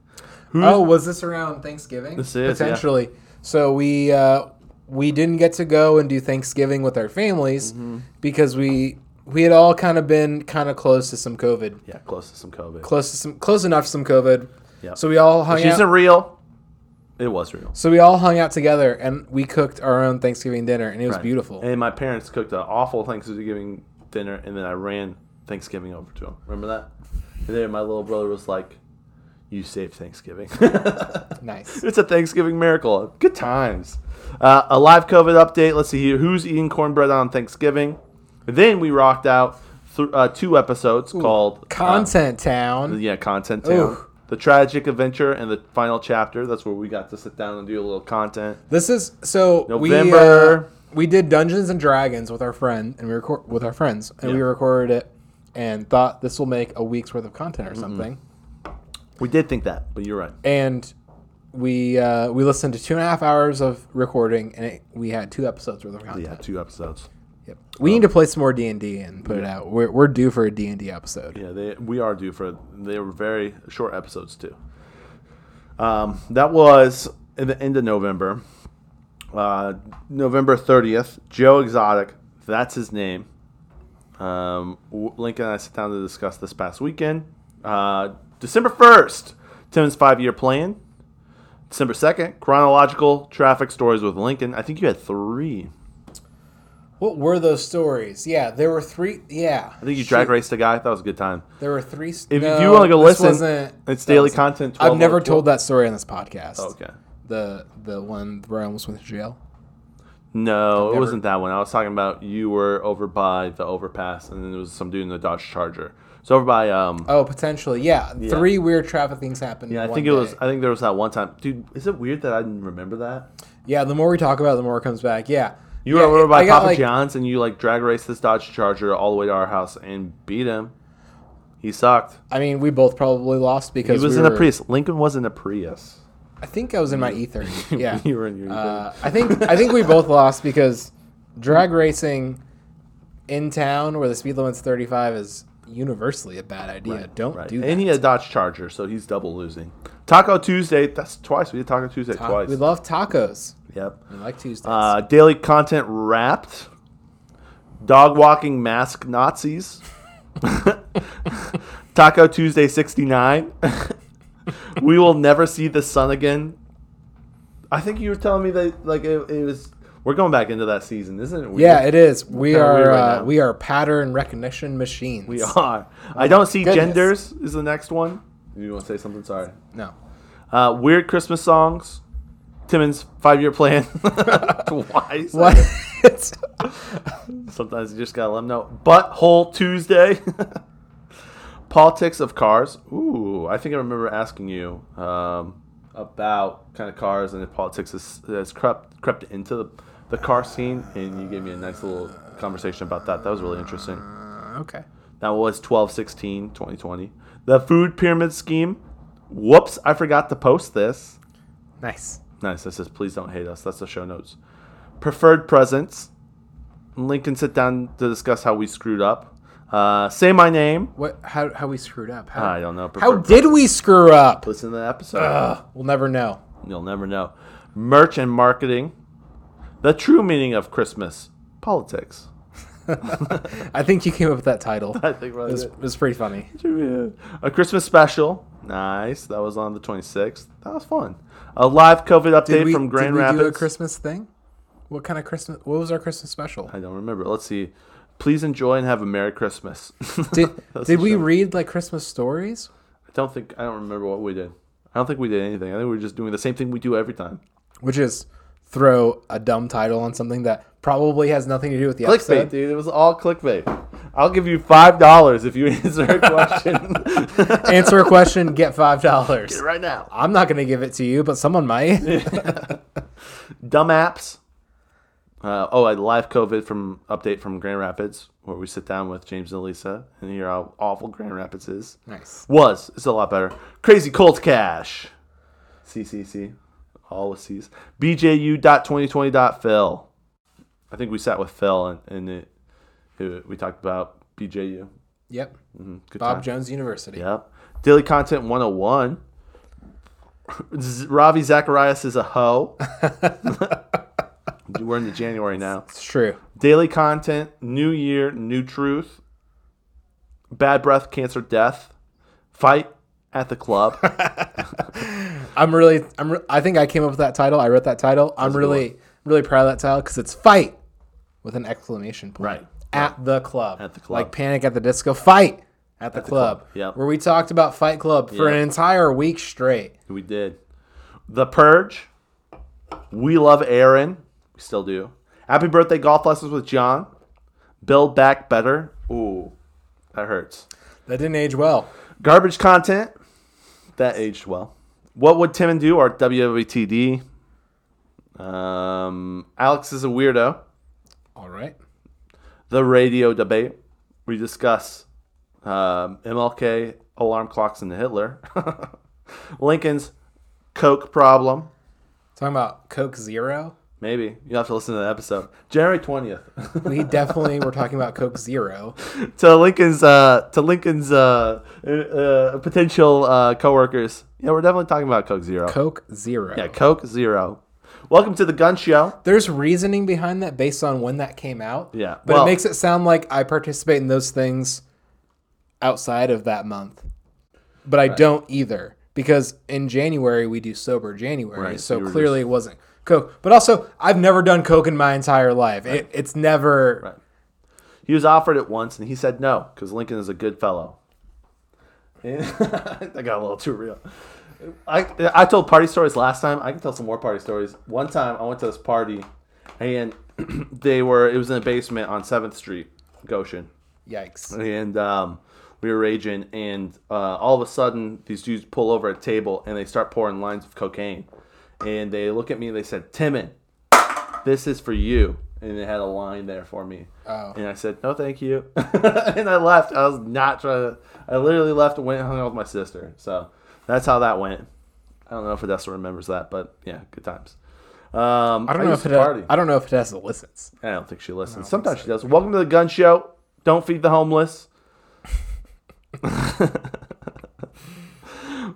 Speaker 2: Who's,
Speaker 1: Oh, was this around Thanksgiving?
Speaker 2: Mm-hmm. This is, yeah.
Speaker 1: potentially. So we uh, we didn't get to go and do Thanksgiving with our families
Speaker 2: Mm-hmm.
Speaker 1: because we we had all kind of been kind of close to some COVID,
Speaker 2: Yeah, close to some COVID.
Speaker 1: close to some close enough to some COVID.
Speaker 2: Yep.
Speaker 1: So we all hung
Speaker 2: She
Speaker 1: out.
Speaker 2: isn't real. It was real.
Speaker 1: so we all hung out together and we cooked our own Thanksgiving dinner and it was beautiful.
Speaker 2: And my parents cooked an awful Thanksgiving dinner, and then I ran Thanksgiving over to them. Remember that? And then my little brother was like, "You saved Thanksgiving. [LAUGHS]
Speaker 1: nice.
Speaker 2: it's a Thanksgiving miracle. Good times." Uh, a live COVID update. Let's see here. Who's eating cornbread on Thanksgiving? Then we rocked out th- uh, two episodes called uh,
Speaker 1: Content town.
Speaker 2: yeah, Content Town.
Speaker 1: Ooh.
Speaker 2: The Tragic Adventure and the Final Chapter. That's where we got to sit down and do a little content.
Speaker 1: This is so We, uh,
Speaker 2: November.
Speaker 1: we did Dungeons and Dragons with our friend, and we record with our friends, and we
Speaker 2: Yeah.
Speaker 1: recorded it, and thought this will make a week's worth of content or something.
Speaker 2: We did think that, but you're right.
Speaker 1: And we uh, we listened to two and a half hours of recording, and it, we had two episodes worth of content.
Speaker 2: Yeah, two episodes.
Speaker 1: Yep. We need to play some more D and D and put it out. We're, we're due for a D and D episode.
Speaker 2: Yeah, they we are due for they were very short episodes too. Um, that was in the end of November, uh, November thirtieth. Joe Exotic, that's his name. Um, w- Lincoln and I sat down to discuss this past weekend. Uh, December first, Tim's five-year plan. December second, chronological traffic stories with Lincoln. I think you had three.
Speaker 1: What were those stories? Yeah, there were three. Yeah,
Speaker 2: I think you drag raced a guy. That was a good time.
Speaker 1: there were three. s-
Speaker 2: If
Speaker 1: no,
Speaker 2: you want to go
Speaker 1: this
Speaker 2: listen,
Speaker 1: wasn't-
Speaker 2: it's
Speaker 1: that
Speaker 2: daily
Speaker 1: wasn't-
Speaker 2: content. 12
Speaker 1: I've never
Speaker 2: or 12.
Speaker 1: told that story on this podcast.
Speaker 2: Okay.
Speaker 1: The the one where I almost went to jail.
Speaker 2: No, it
Speaker 1: never-
Speaker 2: wasn't that one. I was talking about you were over by the overpass, and then there was some dude in the Dodge Charger. So over by um,
Speaker 1: Oh, potentially. Yeah, three weird traffic things happened.
Speaker 2: yeah, I
Speaker 1: in
Speaker 2: think
Speaker 1: one
Speaker 2: it was.
Speaker 1: day.
Speaker 2: I think there was that one time, dude. Is it weird that I didn't remember that?
Speaker 1: Yeah, the more we talk about, it, the more it comes back. Yeah,
Speaker 2: You
Speaker 1: yeah,
Speaker 2: were
Speaker 1: it-
Speaker 2: over
Speaker 1: I
Speaker 2: by
Speaker 1: got,
Speaker 2: Papa
Speaker 1: like-
Speaker 2: John's, and you like drag raced this Dodge Charger all the way to our house and beat him. He sucked.
Speaker 1: I mean, we both probably lost
Speaker 2: He
Speaker 1: because
Speaker 2: was
Speaker 1: we
Speaker 2: in a
Speaker 1: were-
Speaker 2: Prius. Lincoln was in a Prius.
Speaker 1: I think I was in my
Speaker 2: [LAUGHS]
Speaker 1: E30. Yeah,
Speaker 2: you were in your.
Speaker 1: Uh, I think I think we both lost because drag racing in town where the speed limit's 35 is universally a bad idea. Don't
Speaker 2: Right.
Speaker 1: do that.
Speaker 2: and he had a Dodge Charger, so he's double losing. Taco Tuesday, that's twice. We did Taco Tuesday twice.
Speaker 1: Uh, We love tacos.
Speaker 2: yep.
Speaker 1: We like Tuesdays.
Speaker 2: Uh, daily content wrapped. Dog walking mask Nazis. [LAUGHS] Taco Tuesday 69. [LAUGHS] we will never see the sun again. I think you were telling me that like it, it was we're going back into that season, isn't it? Weird?
Speaker 1: yeah, it is. We
Speaker 2: kinda
Speaker 1: are
Speaker 2: weird right
Speaker 1: uh,
Speaker 2: now.
Speaker 1: we are pattern recognition machines.
Speaker 2: we are. I don't see
Speaker 1: goodness.
Speaker 2: genders is the next one. You want to say something? Sorry.
Speaker 1: No.
Speaker 2: Uh, weird Christmas songs. Timmons five
Speaker 1: [LAUGHS]
Speaker 2: year plan. [LAUGHS] Why? is
Speaker 1: What?
Speaker 2: that? Sometimes you just gotta let them know. Butthole Tuesday. [LAUGHS] Politics of cars. Ooh, I think I remember asking you um, about kind of cars and if politics has, has crept crept into the, the car scene, and you gave me a nice little conversation about that. That was really interesting.
Speaker 1: Uh, [LAUGHS] okay.
Speaker 2: That was 12 16 2020. The food pyramid scheme. Whoops, I forgot to post this.
Speaker 1: Nice.
Speaker 2: Nice. That says, please don't hate us. That's the show notes. Preferred presents. Lincoln sit down to discuss how we screwed up. Uh, say my name.
Speaker 1: What? How how we screwed up? How,
Speaker 2: I don't
Speaker 1: how
Speaker 2: know. preferred
Speaker 1: did we screw up?
Speaker 2: Listen to the episode.
Speaker 1: Ugh, we'll never know.
Speaker 2: You'll never know. Merch and marketing. The true meaning of Christmas. Politics.
Speaker 1: I think you came up with that title.
Speaker 2: [LAUGHS] I
Speaker 1: It
Speaker 2: think that
Speaker 1: was,
Speaker 2: was
Speaker 1: it was pretty funny.
Speaker 2: it. A Christmas special. Nice. That was on the 26th. That was fun. A live COVID update
Speaker 1: Did we,
Speaker 2: from Grand
Speaker 1: did we
Speaker 2: Rapids.
Speaker 1: do a Christmas thing? What kind of Christmas? What was our Christmas special?
Speaker 2: I don't remember. Let's see. Please enjoy and have a Merry Christmas. [LAUGHS]
Speaker 1: Did, did
Speaker 2: That's the
Speaker 1: we
Speaker 2: show.
Speaker 1: read like Christmas stories?
Speaker 2: I don't think I don't remember what we did. I don't think we did anything. I think we were just doing the same thing we do every time.
Speaker 1: Which is throw a dumb title on something that probably has nothing to do with the
Speaker 2: Clickbait, [LAUGHS]
Speaker 1: episode.
Speaker 2: dude. It was all clickbait. I'll give you five dollars if you [LAUGHS] answer a [LAUGHS] question
Speaker 1: Answer a question, get five dollars.
Speaker 2: right now.
Speaker 1: I'm not gonna give it to you, but someone
Speaker 2: [LAUGHS]
Speaker 1: might.
Speaker 2: Dumb apps. Uh, oh, a live COVID from update from Grand Rapids, where we sit down with James and Lisa and hear how awful Grand Rapids is.
Speaker 1: nice.
Speaker 2: Was it's a lot better. Crazy Cold Cash. CCC. All with C's. BJU.2020.phil. I think we sat with Phil and, and it, it- we talked about BJU.
Speaker 1: Yep.
Speaker 2: Mhm, Good
Speaker 1: Bob
Speaker 2: time.
Speaker 1: Jones University.
Speaker 2: Yep. Daily Content 101. Z- Ravi Zacharias is a hoe. We're into January now.
Speaker 1: It's true.
Speaker 2: Daily content, new year, new truth. Bad breath, cancer, death. Fight at the club.
Speaker 1: I'm really. I'm. Re- I think I came up with that title. I wrote that title. I'm really, really proud of that title because it's fight with an exclamation point.
Speaker 2: Right.
Speaker 1: At the club.
Speaker 2: At the club.
Speaker 1: Like Panic at the Disco. Fight at the club.
Speaker 2: club, yep.
Speaker 1: Where we talked about Fight Club for
Speaker 2: Yep.
Speaker 1: an entire week straight.
Speaker 2: we did. The Purge. We love Aaron. We still do. Happy birthday golf lessons with John. Build back better. Ooh, that hurts.
Speaker 1: That didn't age well.
Speaker 2: Garbage content. That aged well. What would Tim and do? Our WWTD. Um, Alex is a weirdo.
Speaker 1: All right.
Speaker 2: the radio debate. We discuss um, MLK alarm clocks and Hitler, [LAUGHS] Lincoln's Coke problem.
Speaker 1: Talking about Coke Zero.
Speaker 2: Maybe you have to listen to the episode, [LAUGHS] January twentieth,
Speaker 1: We definitely were talking about Coke Zero.
Speaker 2: to Lincoln's uh, to Lincoln's uh, uh, potential uh, coworkers. Yeah, we're definitely talking about Coke Zero.
Speaker 1: Coke Zero.
Speaker 2: yeah, Coke Zero. Welcome to the Gun Show.
Speaker 1: There's reasoning behind that based on when that came out.
Speaker 2: Yeah,
Speaker 1: But
Speaker 2: well-
Speaker 1: it makes it sound like I participate in those things outside of that month. But I don't either because in January we do sober January.
Speaker 2: Right,
Speaker 1: So
Speaker 2: you were
Speaker 1: clearly it wasn't Coke. But also, I've never done Coke in my entire life. It, it's never.
Speaker 2: Right. He was offered it once, and he said no because Lincoln is a good [LAUGHS] fellow. And I got a little too real. I I told party stories last time. I can tell some more party stories. One time, I went to this party, and [CLEARS THROAT] they were it was in a basement on Seventh Street, Goshen
Speaker 1: Yikes.
Speaker 2: and um, we were raging, and uh, all of a sudden, these dudes pull over a table and they start pouring lines of cocaine. And they look at me and they said, Timon, this is for you. And they had a line there for me.
Speaker 1: Oh.
Speaker 2: And I said, no, thank you. [LAUGHS] and I left. I was not trying to, I literally left and went and hung out with my sister. So that's how that went. I don't know if Odessa remembers that, but yeah, good times. Um,
Speaker 1: I don't know
Speaker 2: used
Speaker 1: if
Speaker 2: to
Speaker 1: it. I don't know if it has the listens.
Speaker 2: I don't think she listens. Sometimes she does. Welcome to the gun show. Don't feed the [LAUGHS] homeless.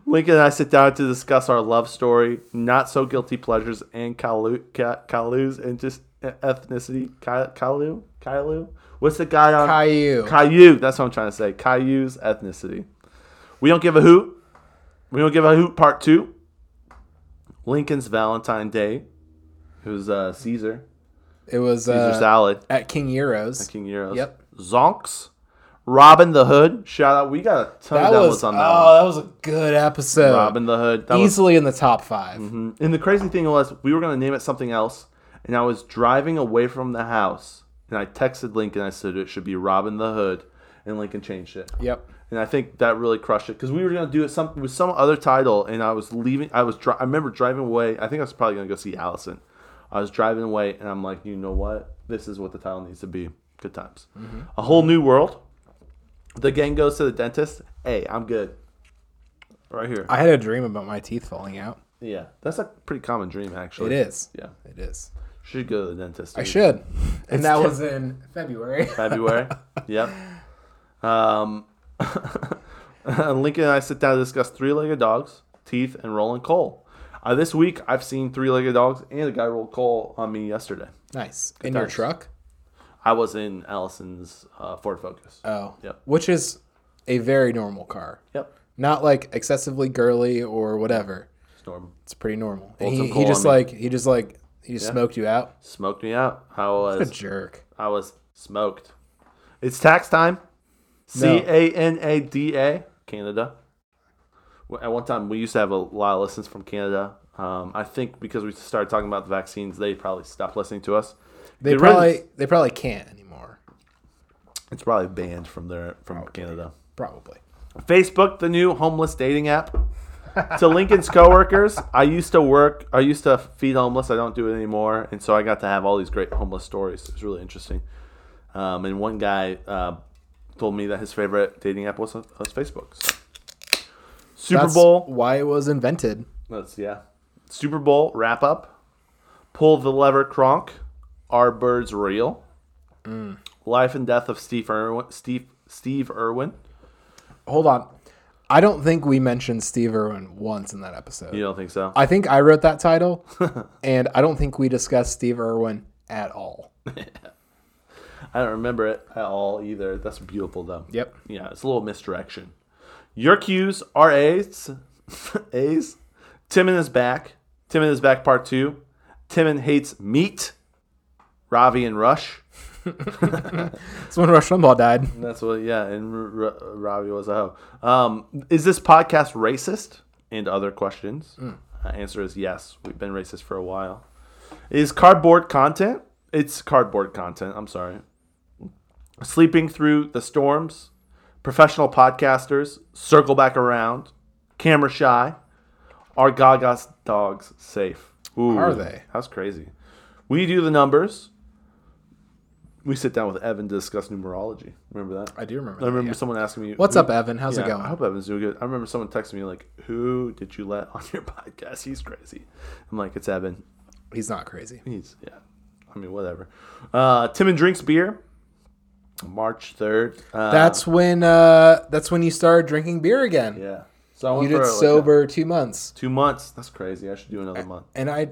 Speaker 2: Lincoln and I sit down to discuss our love story, not so guilty pleasures, and Kalu, Ka- Kalu's and just ethnicity. Ka- Kalu, Kalu. What's the guy on
Speaker 1: Caillou.
Speaker 2: Caillou? That's what I'm trying to say. Caillou's ethnicity. We don't give a hoot. We don't give a hoot. Part two. Lincoln's Valentine Day. It was uh, Caesar.
Speaker 1: It was
Speaker 2: Caesar
Speaker 1: uh,
Speaker 2: salad.
Speaker 1: at King Euros.
Speaker 2: King Euros.
Speaker 1: Yep.
Speaker 2: Zonks. Robin the Hood. Shout out. We got a ton
Speaker 1: that
Speaker 2: of demos
Speaker 1: was
Speaker 2: on that
Speaker 1: oh, that was a good episode.
Speaker 2: one. Robin the Hood. That was,
Speaker 1: Easily in the top 5
Speaker 2: Mhm. and the crazy thing was, we were going to name it something else. And I was driving away from the house. And I texted Lincoln. I said it should be Robin the Hood. And Lincoln changed it.
Speaker 1: Yep.
Speaker 2: And I think that really crushed it because we were gonna do it some with some other title, and I was leaving. I was dri- I remember driving away. I think I was probably gonna go see Allison. I was driving away, and I'm like, you know what? This is what the title needs to be. Good times.
Speaker 1: Mm-hmm.
Speaker 2: A whole new world. The gang goes to the dentist. Hey, I'm good. Right here.
Speaker 1: I had a dream about my teeth falling out.
Speaker 2: yeah, that's a pretty common dream actually.
Speaker 1: It is.
Speaker 2: Yeah,
Speaker 1: It is.
Speaker 2: should go to the dentist.
Speaker 1: I should. [LAUGHS] And that was in February.
Speaker 2: February. yep. Um, [LAUGHS] Lincoln and I sit down to discuss three-legged dogs, teeth, and rolling coal. Uh, this week, I've seen three-legged dogs, and a guy rolled coal on me yesterday.
Speaker 1: [LAUGHS] nice. in your
Speaker 2: times.
Speaker 1: truck?
Speaker 2: I was in Allison's uh, Ford Focus.
Speaker 1: Oh.
Speaker 2: Yep.
Speaker 1: Which is a very normal car.
Speaker 2: Yep,
Speaker 1: Not like excessively girly or whatever.
Speaker 2: storm
Speaker 1: It's pretty normal. And
Speaker 2: some
Speaker 1: he,
Speaker 2: coal
Speaker 1: he
Speaker 2: on
Speaker 1: just
Speaker 2: me.
Speaker 1: like he just like he just smoked you out.
Speaker 2: smoked me out. I
Speaker 1: What a
Speaker 2: was,
Speaker 1: jerk.
Speaker 2: I was smoked. It's tax time. C A N A D A Canada. Well, At one time, we used to have a lot of listens from Canada. Um, I think because we started talking about the vaccines, they probably stopped listening to us.
Speaker 1: They
Speaker 2: Get rid of-
Speaker 1: probably they probably can't anymore.
Speaker 2: it's probably banned from there from Canada.
Speaker 1: Probably.
Speaker 2: Facebook, the new homeless dating app. to Lincoln's coworkers, I used to work. I used to feed homeless. I don't do it anymore, and so I got to have all these great homeless stories. It was really interesting. Um, and one guy uh, told me that his favorite dating app was, was Facebook. So. Super
Speaker 1: That's
Speaker 2: Bowl.
Speaker 1: why it was invented.
Speaker 2: That's yeah. Super Bowl wrap up. Pull the lever, Kronk. Are birds real? Life and death of Steve Irwin. Steve Steve Irwin.
Speaker 1: Hold on. I don't think we mentioned Steve Irwin once in that episode.
Speaker 2: You don't think so?
Speaker 1: I think I wrote that
Speaker 2: [LAUGHS]
Speaker 1: title, and I don't think we discussed Steve Irwin at all.
Speaker 2: I don't remember it at all either. That's beautiful though.
Speaker 1: Yep.
Speaker 2: Yeah, it's a little misdirection. Your cues are A's. [LAUGHS] A's. Timon is back. Timon is back part two. Timon hates meat. Ravi and Rush.
Speaker 1: It's when Rush Limbaugh died.
Speaker 2: That's what, yeah. And R- R- Robbie was a hoe. Um, is this podcast racist? And other questions.
Speaker 1: Mm.
Speaker 2: Uh, answer is yes. We've been racist for a while. Is cardboard content? It's cardboard content. I'm sorry. Sleeping through the storms. Professional podcasters. Circle back around. Camera shy. Are Gaga's dogs safe? Ooh,
Speaker 1: Are they?
Speaker 2: That's crazy. We do the numbers. We sit down with Evan to discuss numerology. Remember that?
Speaker 1: I do remember.
Speaker 2: I
Speaker 1: That,
Speaker 2: remember
Speaker 1: yeah.
Speaker 2: someone asking me,
Speaker 1: What's
Speaker 2: who-
Speaker 1: up, Evan? How's
Speaker 2: Yeah,
Speaker 1: it
Speaker 2: I
Speaker 1: going?
Speaker 2: hope Evan's doing good. I remember someone texting me like, "Who did you let on your [LAUGHS] podcast?" He's crazy. I'm like, "It's Evan."
Speaker 1: He's not crazy.
Speaker 2: He's yeah. I mean, whatever. Uh, Tim and drinks beer. March third. Uh,
Speaker 1: That's when. Uh, that's when you started drinking beer again.
Speaker 2: yeah. So I went
Speaker 1: You
Speaker 2: for
Speaker 1: did
Speaker 2: like,
Speaker 1: sober two months,
Speaker 2: two months. That's crazy. I should do another month.
Speaker 1: and I.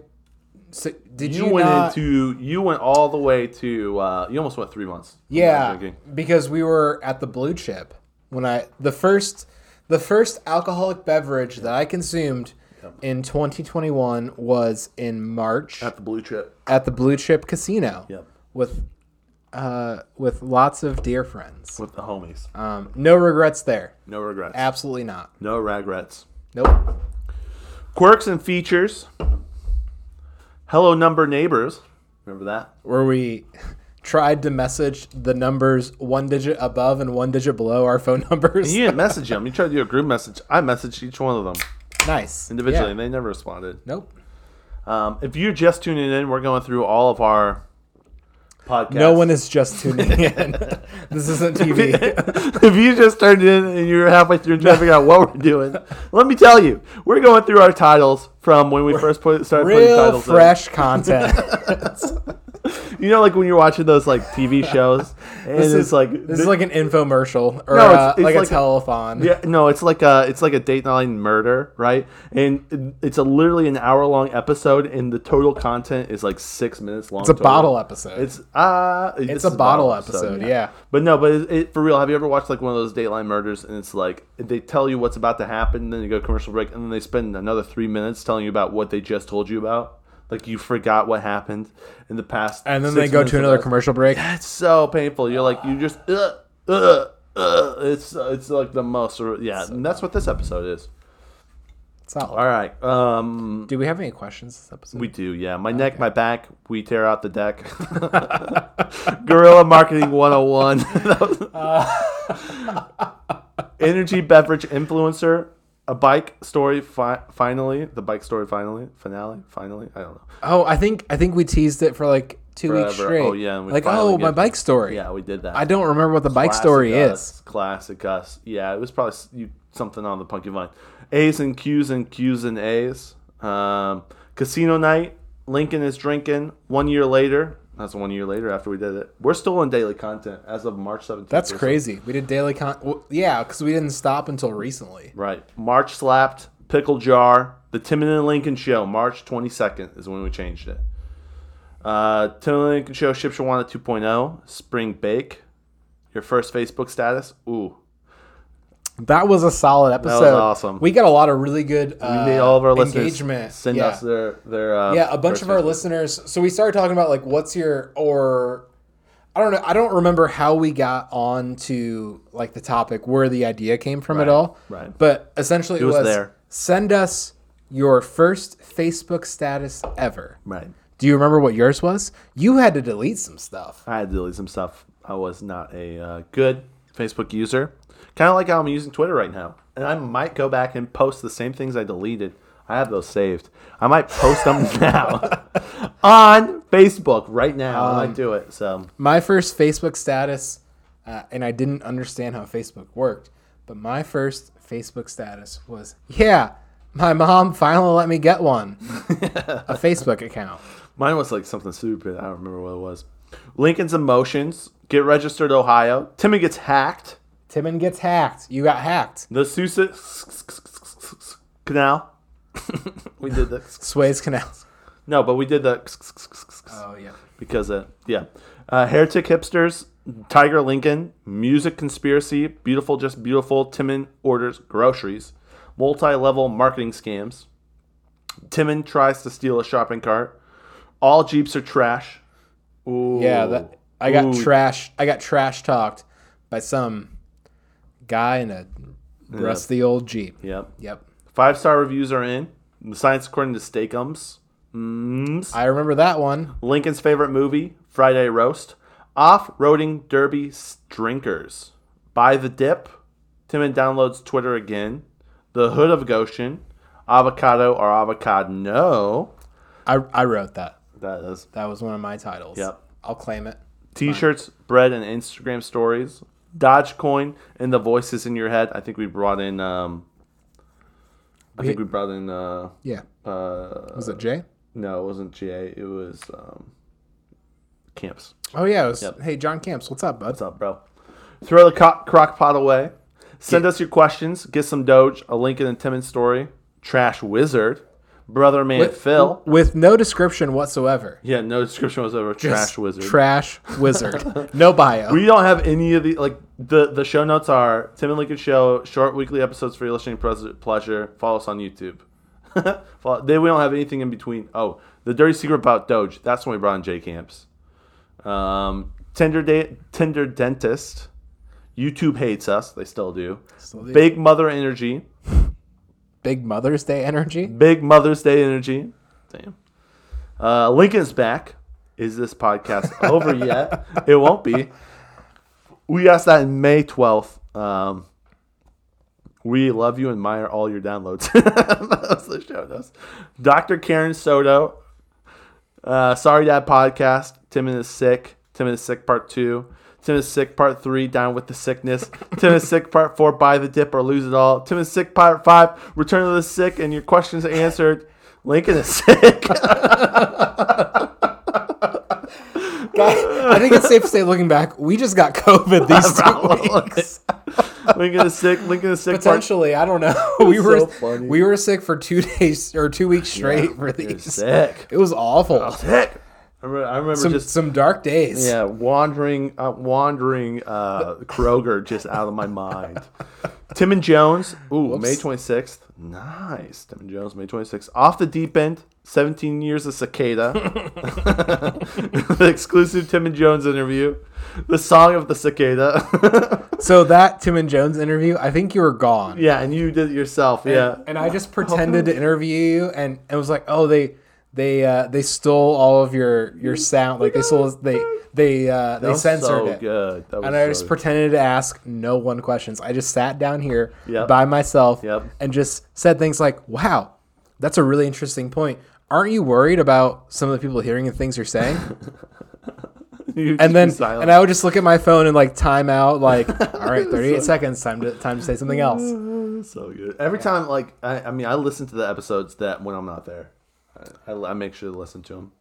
Speaker 1: So, did
Speaker 2: You,
Speaker 1: you,
Speaker 2: went
Speaker 1: not?
Speaker 2: into you went all the way to uh, you almost went three months.
Speaker 1: yeah,
Speaker 2: Drinking.
Speaker 1: because we were at the Blue Chip when I the first the first alcoholic beverage that I consumed in 2021 was in March
Speaker 2: At the blue chip.
Speaker 1: at the Blue Chip Casino
Speaker 2: Yep.
Speaker 1: with uh, with lots of dear friends.
Speaker 2: With the homies.
Speaker 1: Um, no regrets there.
Speaker 2: No regrets.
Speaker 1: Absolutely not.
Speaker 2: no regrets.
Speaker 1: Nope.
Speaker 2: Quirks and features. Hello, number neighbors. Remember that?
Speaker 1: Where we [LAUGHS] tried to message the numbers one digit above and one digit below our phone [LAUGHS] numbers.
Speaker 2: You didn't message them. You tried to do a group message. I messaged each one of them
Speaker 1: Nice.
Speaker 2: individually,
Speaker 1: Yeah.
Speaker 2: and they never responded.
Speaker 1: Nope.
Speaker 2: Um, if you're just tuning in, we're going through all of our podcasts.
Speaker 1: No one is just tuning in. this isn't TV.
Speaker 2: [LAUGHS] if you just turned in and you're halfway through and trying to figure out what we're doing, let me tell you, we're going through our titles from when we first put, started putting
Speaker 1: Real
Speaker 2: titles in.
Speaker 1: fresh
Speaker 2: [LAUGHS]
Speaker 1: content.
Speaker 2: You know, like when you're watching those like TV shows,
Speaker 1: [LAUGHS]
Speaker 2: and
Speaker 1: this
Speaker 2: it's
Speaker 1: is
Speaker 2: like
Speaker 1: this is like an infomercial or
Speaker 2: No, it's-
Speaker 1: uh,
Speaker 2: it's
Speaker 1: like,
Speaker 2: like
Speaker 1: a
Speaker 2: a-
Speaker 1: telethon.
Speaker 2: Yeah, no, it's like a it's like a date night murder, right? And it's a literally an hour long episode, and the total content is like six minutes long.
Speaker 1: It's a
Speaker 2: total.
Speaker 1: bottle episode.
Speaker 2: It's uh,
Speaker 1: It's a bottle episode, yeah.
Speaker 2: But no, but it, it, for real, have you ever watched like one of those Dateline murders? And it's like they tell you what's about to happen, then you go commercial break, and then they spend another three minutes telling you about what they just told you about. Like you forgot what happened in the past,
Speaker 1: and then
Speaker 2: six
Speaker 1: they go
Speaker 2: minutes
Speaker 1: to
Speaker 2: of
Speaker 1: another
Speaker 2: that.
Speaker 1: commercial break.
Speaker 2: It's so painful. You're like you just uh, uh, uh. it's it's like the most yeah. and that's what this episode is.
Speaker 1: Solid.
Speaker 2: All right, um,
Speaker 1: Do we have any questions this episode?
Speaker 2: we do yeah. My neck, my back. We tear out the deck. [LAUGHS] Guerrilla marketing 101. [LAUGHS] Energy beverage influencer. A bike story. Fi- finally, the bike story. Finally, finale. Finally, I don't know.
Speaker 1: oh, I think I think we teased it for like two weeks
Speaker 2: Forever.
Speaker 1: straight.
Speaker 2: Oh, yeah, and we
Speaker 1: Like
Speaker 2: finally
Speaker 1: oh, my
Speaker 2: get-
Speaker 1: bike story.
Speaker 2: Yeah, we did that.
Speaker 1: I don't remember what the bike
Speaker 2: Classic
Speaker 1: story
Speaker 2: us.
Speaker 1: is.
Speaker 2: Classic us. Yeah, it was probably s- you, something on the Punky Vine. A's and Q's and Q's and A's. Um, casino night. Lincoln is drinking. One year later. That's one year later after we did it. We're still on daily content as of March 17th.
Speaker 1: That's
Speaker 2: or so.
Speaker 1: crazy. We did daily con. Well, yeah, because we didn't stop until recently.
Speaker 2: Right. March slapped. Pickle jar. The Timon and Lincoln show. March 22nd is when we changed it. Uh, Timon and Lincoln show. Ship Shawana 2.0. oh, Spring bake. Your first Facebook status. Ooh.
Speaker 1: That was a solid episode.
Speaker 2: awesome.
Speaker 1: We got a lot of really good. Uh,
Speaker 2: We made all of our listeners
Speaker 1: engagement.
Speaker 2: send
Speaker 1: yeah.
Speaker 2: us their their uh,
Speaker 1: Yeah, a bunch of our
Speaker 2: personal-
Speaker 1: listeners. So we started talking about like what's your or I don't know. I don't remember how we got on to like the topic where the idea came from at all.
Speaker 2: right.
Speaker 1: But essentially, it,
Speaker 2: was
Speaker 1: was,
Speaker 2: there.
Speaker 1: send us your first Facebook status ever.
Speaker 2: Right,
Speaker 1: Do you remember what yours was? You had to delete some stuff.
Speaker 2: I had to delete some stuff. I was not a uh, good Facebook user, kind of like how I'm using Twitter right now, and I might go back and post the same things I deleted. I have those saved. I might
Speaker 1: [LAUGHS]
Speaker 2: post them now [LAUGHS] on Facebook right now. I
Speaker 1: Um,
Speaker 2: might do it. So
Speaker 1: My first Facebook status, uh, and I didn't understand how Facebook worked, but my first Facebook status was, yeah, my mom finally let me get one, a Facebook account.
Speaker 2: Mine was like something stupid. I don't remember what it was. Lincoln's emotions. Get registered, Ohio. Timmy gets hacked.
Speaker 1: Timon gets hacked. You got hacked.
Speaker 2: The Susa Canal. [LAUGHS] we did the
Speaker 1: Sways Canal.
Speaker 2: no, but we did the
Speaker 1: Oh yeah.
Speaker 2: because uh yeah, uh, heretic hipsters, Tiger Lincoln, music conspiracy, beautiful just beautiful. Timon orders groceries, multi-level marketing scams. Timon tries to steal a shopping cart. All jeeps are trash. Ooh.
Speaker 1: Yeah, that, I got
Speaker 2: Ooh.
Speaker 1: trash. I got trash talked by some guy in a rusty old Jeep.
Speaker 2: Yep.
Speaker 1: Yep.
Speaker 2: Five star reviews are in. The science according to Steakums. Mm.
Speaker 1: I remember that one.
Speaker 2: Lincoln's favorite movie, Friday Roast. Off roading derby s- drinkers. Buy the dip. Timon downloads Twitter again. The Hood of Goshen. Avocado or avocado? No.
Speaker 1: I I wrote that.
Speaker 2: That is.
Speaker 1: That was one of my titles.
Speaker 2: Yep.
Speaker 1: I'll claim it.
Speaker 2: T shirts, bread, and Instagram stories. Dogecoin and the voices in your head. I think we brought in. Um, I think we brought in. Uh,
Speaker 1: Yeah.
Speaker 2: uh,
Speaker 1: Was it Jay?
Speaker 2: no, it wasn't GA. It was um, Camps.
Speaker 1: Oh yeah. It was, Hey John Camps, what's up, bud?
Speaker 2: What's up, bro? Throw the co- crock pot away. Send us your questions. Get some Doge, a Lincoln and Timmons story. Trash Wizard. Brother Man Phil.
Speaker 1: With no description whatsoever.
Speaker 2: Yeah, no description whatsoever. Trash Wizard.
Speaker 1: Trash
Speaker 2: [LAUGHS]
Speaker 1: wizard. no bio.
Speaker 2: we don't have any of the like the the show notes are Tim and Lincoln show short weekly episodes for your listening pres- pleasure. Follow us on YouTube. [LAUGHS] Fall- then we don't have anything in between. Oh, the dirty secret about Doge. That's when we brought in Jay Camps. Um, Tender da- Tender Dentist. YouTube hates us. They still do.
Speaker 1: Still do.
Speaker 2: Big Mother Energy.
Speaker 1: Big Mother's Day
Speaker 2: [LAUGHS]
Speaker 1: energy.
Speaker 2: Big Mother's Day Energy. Damn. Uh, Lincoln's back. Is this podcast [LAUGHS] over yet? It won't be. We asked that in May 12th. Um, we love you and admire all your downloads. [LAUGHS] that was the show notes. Dr. Karen Soto. Uh, Sorry Dad podcast. Timon is sick. Timon is sick part two. Tim is sick part three. Down with the sickness. Tim is sick part four. Buy the dip or lose it all. Tim is sick part five. Return to the sick and your questions answered. Lincoln is sick. [LAUGHS]
Speaker 1: I think it's safe to say, looking back, we just got COVID these two
Speaker 2: Probably.
Speaker 1: weeks.
Speaker 2: Lincoln is sick. Lincoln is sick. Part
Speaker 1: Potentially, I don't
Speaker 2: [LAUGHS]
Speaker 1: know. We were
Speaker 2: so funny.
Speaker 1: we were sick for two [LAUGHS] days or two weeks straight for
Speaker 2: You're
Speaker 1: these.
Speaker 2: sick.
Speaker 1: It was awful.
Speaker 2: Sick. I remember, I remember
Speaker 1: Some
Speaker 2: just
Speaker 1: some dark days.
Speaker 2: Yeah, wandering, uh, wandering uh, Kroger just out of
Speaker 1: [LAUGHS]
Speaker 2: my mind. Tim and Jones, ooh, May 26th. Nice. Tim and Jones, May 26th. Off the Deep End, 17 Years
Speaker 1: [LAUGHS]
Speaker 2: of Cicada. [LAUGHS] the exclusive Tim and Jones interview. The Song of the Cicada. [LAUGHS]
Speaker 1: So that Tim and Jones interview, I think you were gone.
Speaker 2: yeah, and you did it yourself. Yeah.
Speaker 1: And I just pretended [LAUGHS] to interview you, and it was like, oh, they they uh, they stole all of your your sound. Like they stole they they uh,
Speaker 2: That
Speaker 1: they
Speaker 2: was
Speaker 1: censored
Speaker 2: so
Speaker 1: it.
Speaker 2: good. That was
Speaker 1: And I
Speaker 2: so
Speaker 1: just
Speaker 2: good.
Speaker 1: pretended to ask no one questions. I just sat down here
Speaker 2: Yep.
Speaker 1: by myself
Speaker 2: Yep.
Speaker 1: and just said things like, "Wow, that's a really interesting point. Aren't you worried about some of the people hearing the things you're
Speaker 2: [LAUGHS]
Speaker 1: saying?"
Speaker 2: You just
Speaker 1: and then
Speaker 2: be silent.
Speaker 1: and I would just look at my phone and like time out
Speaker 2: [LAUGHS]
Speaker 1: like, "All right, 38 seconds. Time to time to say something else."
Speaker 2: so good. Every time, like, I, I mean, I listen to the episodes that when I'm not there, I, I, I make sure to listen to them.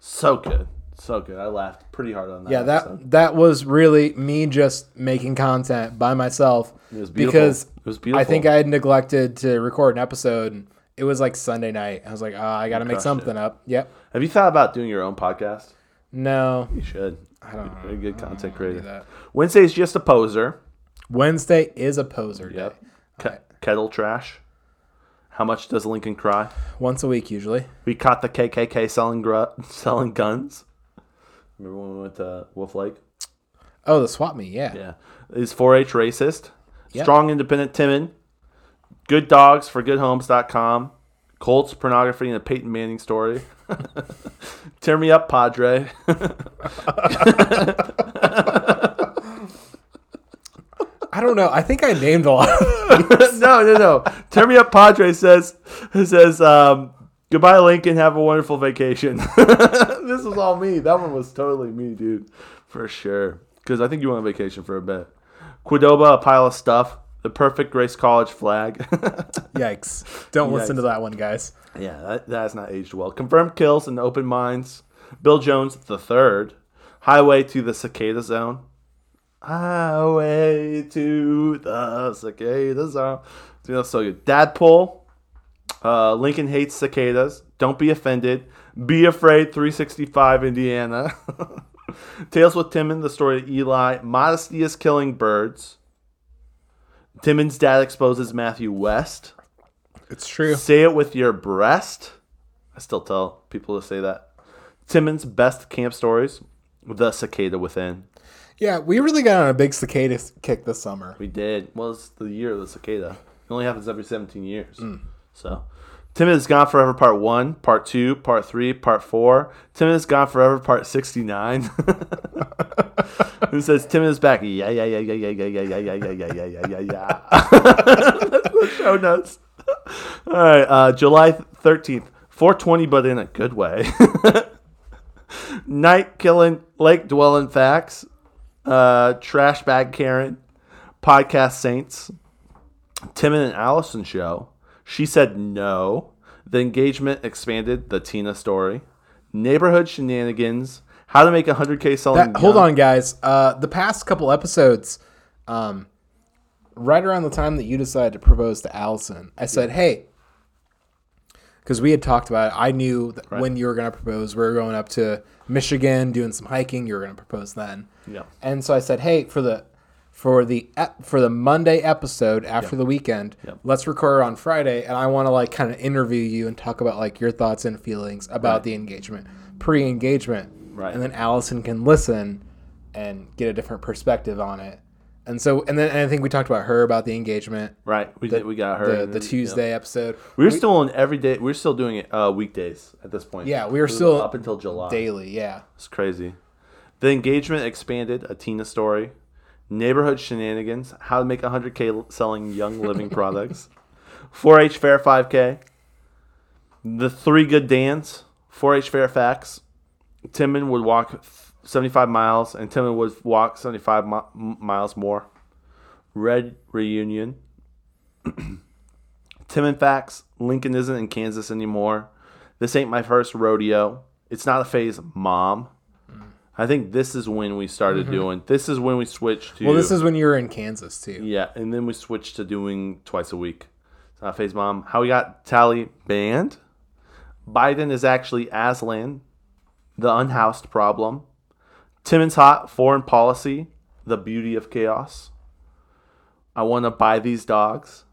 Speaker 2: So good, so good. I laughed pretty hard on that.
Speaker 1: Yeah, that
Speaker 2: episode.
Speaker 1: that was really me just making content by myself
Speaker 2: It was beautiful.
Speaker 1: because
Speaker 2: It was beautiful.
Speaker 1: I think I had neglected to record an episode. And it was like Sunday night. I was like, oh, I got to make
Speaker 2: crushed
Speaker 1: something up. Yep.
Speaker 2: Have you thought about doing your own podcast?
Speaker 1: No.
Speaker 2: You should. I
Speaker 1: don't
Speaker 2: You're a good content creator.
Speaker 1: that.
Speaker 2: Wednesday's just a poser.
Speaker 1: Wednesday is a poser day.
Speaker 2: Yep. Ke- Kettle trash. How much does Lincoln cry?
Speaker 1: Once a week usually.
Speaker 2: We caught the KKK selling gru- [LAUGHS] selling guns. Remember when we went to Wolf Lake?
Speaker 1: Oh, the swap me. Yeah.
Speaker 2: Yeah. Is 4 H racist?
Speaker 1: Yep.
Speaker 2: Strong independent Timon. Good dogs for goodhomes.com. Colts, pornography, and a Peyton Manning story. [LAUGHS] Tear me up, Padre. [LAUGHS]
Speaker 1: I don't know. I think I named a lot.
Speaker 2: no, no, no. Tear me up, Padre says says um, goodbye, Lincoln. Have a wonderful vacation. [LAUGHS] this was all me. That one was totally me, dude, for sure. Because I think you went on vacation for a bit. Quidoba, a pile of stuff. The perfect Grace College flag.
Speaker 1: [LAUGHS]
Speaker 2: [LAUGHS]
Speaker 1: Yikes! Don't listen to that one, guys.
Speaker 2: Yeah, that, that has not aged well. Confirmed kills and open minds. Bill Jones the third. Highway to the cicada zone. Highway to the cicada zone. Dude, that's so good. Dadpole. Uh, Lincoln hates cicadas. Don't be offended. Be afraid. 365 Indiana. [LAUGHS] Tales with Timon. The story of Eli. Modesty is killing birds. Timon's dad exposes Matthew West.
Speaker 1: It's true.
Speaker 2: Say it with your breast. I still tell people to say that. Timmons' best camp stories. The cicada within.
Speaker 1: Yeah, we really got on a big cicada kick this summer.
Speaker 2: We did. Well, it's the year of the cicada. It only happens every 17 years. So, Timmons is Gone Forever Part 1, Part 2, Part 3, Part 4. Timmons is Gone Forever Part [LAUGHS] 69. Who says Timmons is back? Yeah, yeah, yeah, yeah, yeah, yeah, yeah, yeah, yeah, yeah, yeah, yeah, yeah, yeah. [LAUGHS] That's the show notes. All right, uh, July 13th, 420, but in a good way. [LAUGHS] Night killing, lake dwelling facts, uh, trash bag Karen, podcast saints, Timon and Allison show. She said no. The engagement expanded. The Tina story, neighborhood shenanigans, how to make a hundred k selling.
Speaker 1: That, hold on, guys. Uh, the past couple episodes, um, right around the time that you decided to propose to Allison, I said, "Hey," because we had talked about it. I knew that when you were going to propose. We were going up to Michigan, doing some hiking. You were going to propose then,
Speaker 2: Yeah.
Speaker 1: and so I said, "Hey, for the for the ep- for the Monday episode after the weekend. Let's record on Friday, and I want to like kind of interview you and talk about like your thoughts and feelings about the engagement, pre-engagement,
Speaker 2: Right.
Speaker 1: And then Allison can listen and get a different perspective on it. And so, and then and I think we talked about her about the engagement,
Speaker 2: Right. We, did we got her.
Speaker 1: the,
Speaker 2: and-
Speaker 1: the Tuesday episode.
Speaker 2: We We're still on every day. We're still doing it uh, weekdays at this point.
Speaker 1: Yeah, we are still
Speaker 2: up until July.
Speaker 1: daily. Yeah,
Speaker 2: It's crazy. The engagement expanded. A Tina story. Neighborhood shenanigans. How to make 100k l- selling Young
Speaker 1: [LAUGHS]
Speaker 2: Living products. 4-H Fair 5k. The Three Good Dans. 4-H Fair Facts. Timon would walk f- 75 miles, and Timon would walk 75 mi- m- miles more. Red reunion. [CLEARS THROAT] Tim and Facts, Lincoln isn't in Kansas anymore. This ain't my first rodeo. It's not a phase, mom. I think this is when we started doing. This is when we switched to.
Speaker 1: Mm-hmm. Well, this is when you were in Kansas too.
Speaker 2: yeah, and then we switched to doing twice a week. It's not a phase, mom. How we got Tally banned? Biden is actually Aslan. The unhoused problem. Timmons hot foreign policy. The beauty of chaos. I want to buy these dogs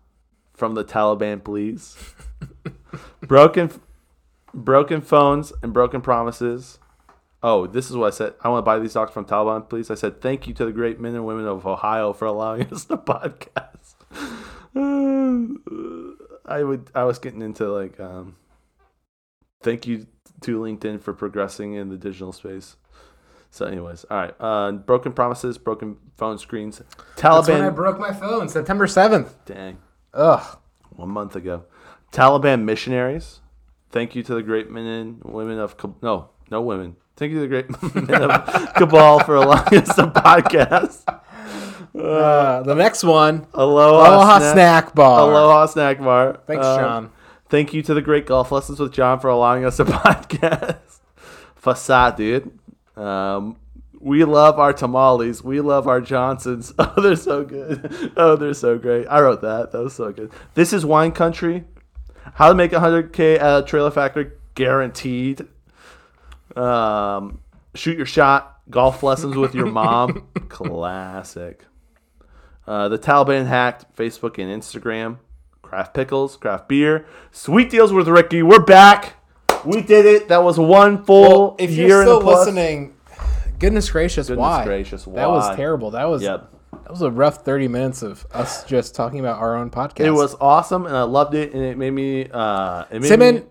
Speaker 2: from the Taliban, please. broken, broken phones and broken promises. Oh, this is what I said. I want to buy these dogs from Taliban, please. I said thank you to the great men and women of Ohio for allowing [LAUGHS] us to podcast. [SIGHS] I would. I was getting into like, um, thank you to LinkedIn for progressing in the digital space. So, anyways, all right. Uh, broken promises, broken phone screens.
Speaker 1: That's when I
Speaker 2: Taliban.
Speaker 1: broke my phone, September seventh.
Speaker 2: Dang
Speaker 1: Ugh.
Speaker 2: one month ago. Taliban missionaries. Thank you to the great men and women of Kab- no, no women. Thank you to the great [LAUGHS] men of Cabal for allowing us to podcast.
Speaker 1: Uh, the next one,
Speaker 2: Aloha,
Speaker 1: Aloha
Speaker 2: snack,
Speaker 1: Snack Bar.
Speaker 2: Aloha snack bar.
Speaker 1: Thanks,
Speaker 2: Uh,
Speaker 1: Sean.
Speaker 2: Thank you to the great golf lessons with John for allowing us to [LAUGHS] podcast. Facade, dude. Um, we love our tamales. We love our Johnsons. [LAUGHS] Oh, they're so good. Oh, they're so great. I wrote that. That was so good. This is wine country. How to make 100k at a uh, trailer factory guaranteed. Um, shoot your shot. Golf lessons with your mom. [LAUGHS] Classic. Uh, the Taliban hacked Facebook and Instagram. Craft pickles, craft beer, sweet deals with Ricky. We're back. We did it. That was one full
Speaker 1: Well, if
Speaker 2: year
Speaker 1: you're still
Speaker 2: Oh, in the plus.
Speaker 1: listening, goodness gracious, why?
Speaker 2: gracious,
Speaker 1: That was
Speaker 2: why?
Speaker 1: terrible. That was
Speaker 2: Yep.
Speaker 1: that was a rough 30 minutes of us just talking about our own podcast.
Speaker 2: It was awesome, and I loved it, and it made me. Uh, it made
Speaker 1: Simon-
Speaker 2: me-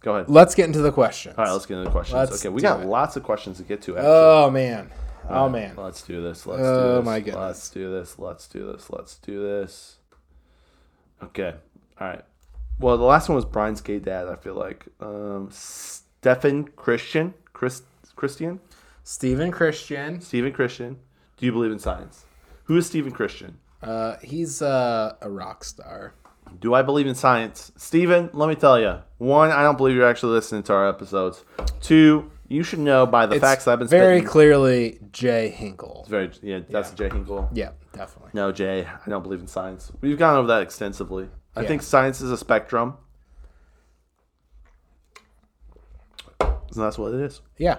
Speaker 2: go ahead. All
Speaker 1: Let's get into the questions.
Speaker 2: right, let's get into the questions.
Speaker 1: Let's
Speaker 2: okay, we
Speaker 1: do
Speaker 2: got
Speaker 1: it.
Speaker 2: lots of questions to get to. Actually.
Speaker 1: oh man. Oh man.
Speaker 2: Let's do this. Let's
Speaker 1: Oh,
Speaker 2: do this.
Speaker 1: my
Speaker 2: Let's do this. Let's do this. Let's do this. Okay. All right. Well, the last one was Brian's gay dad. I feel like um, Stefan Christian, Chris, Christian,
Speaker 1: Stephen Christian.
Speaker 2: Stephen Christian. Do you believe in science? Who is Stephen Christian?
Speaker 1: Uh, he's uh, a rock star.
Speaker 2: Do I believe in science? Steven, let me tell you. One, I don't believe you're actually listening to our episodes. Two, you should know by the facts I've been
Speaker 1: very
Speaker 2: spitting.
Speaker 1: clearly Jay Hinkle.
Speaker 2: It's very, yeah, that's Jay Hinkle.
Speaker 1: Yeah, definitely.
Speaker 2: No, Jay, I don't believe in science. We've gone over that extensively. I
Speaker 1: Yeah.
Speaker 2: think science is a spectrum. And that's what it is.
Speaker 1: Yeah.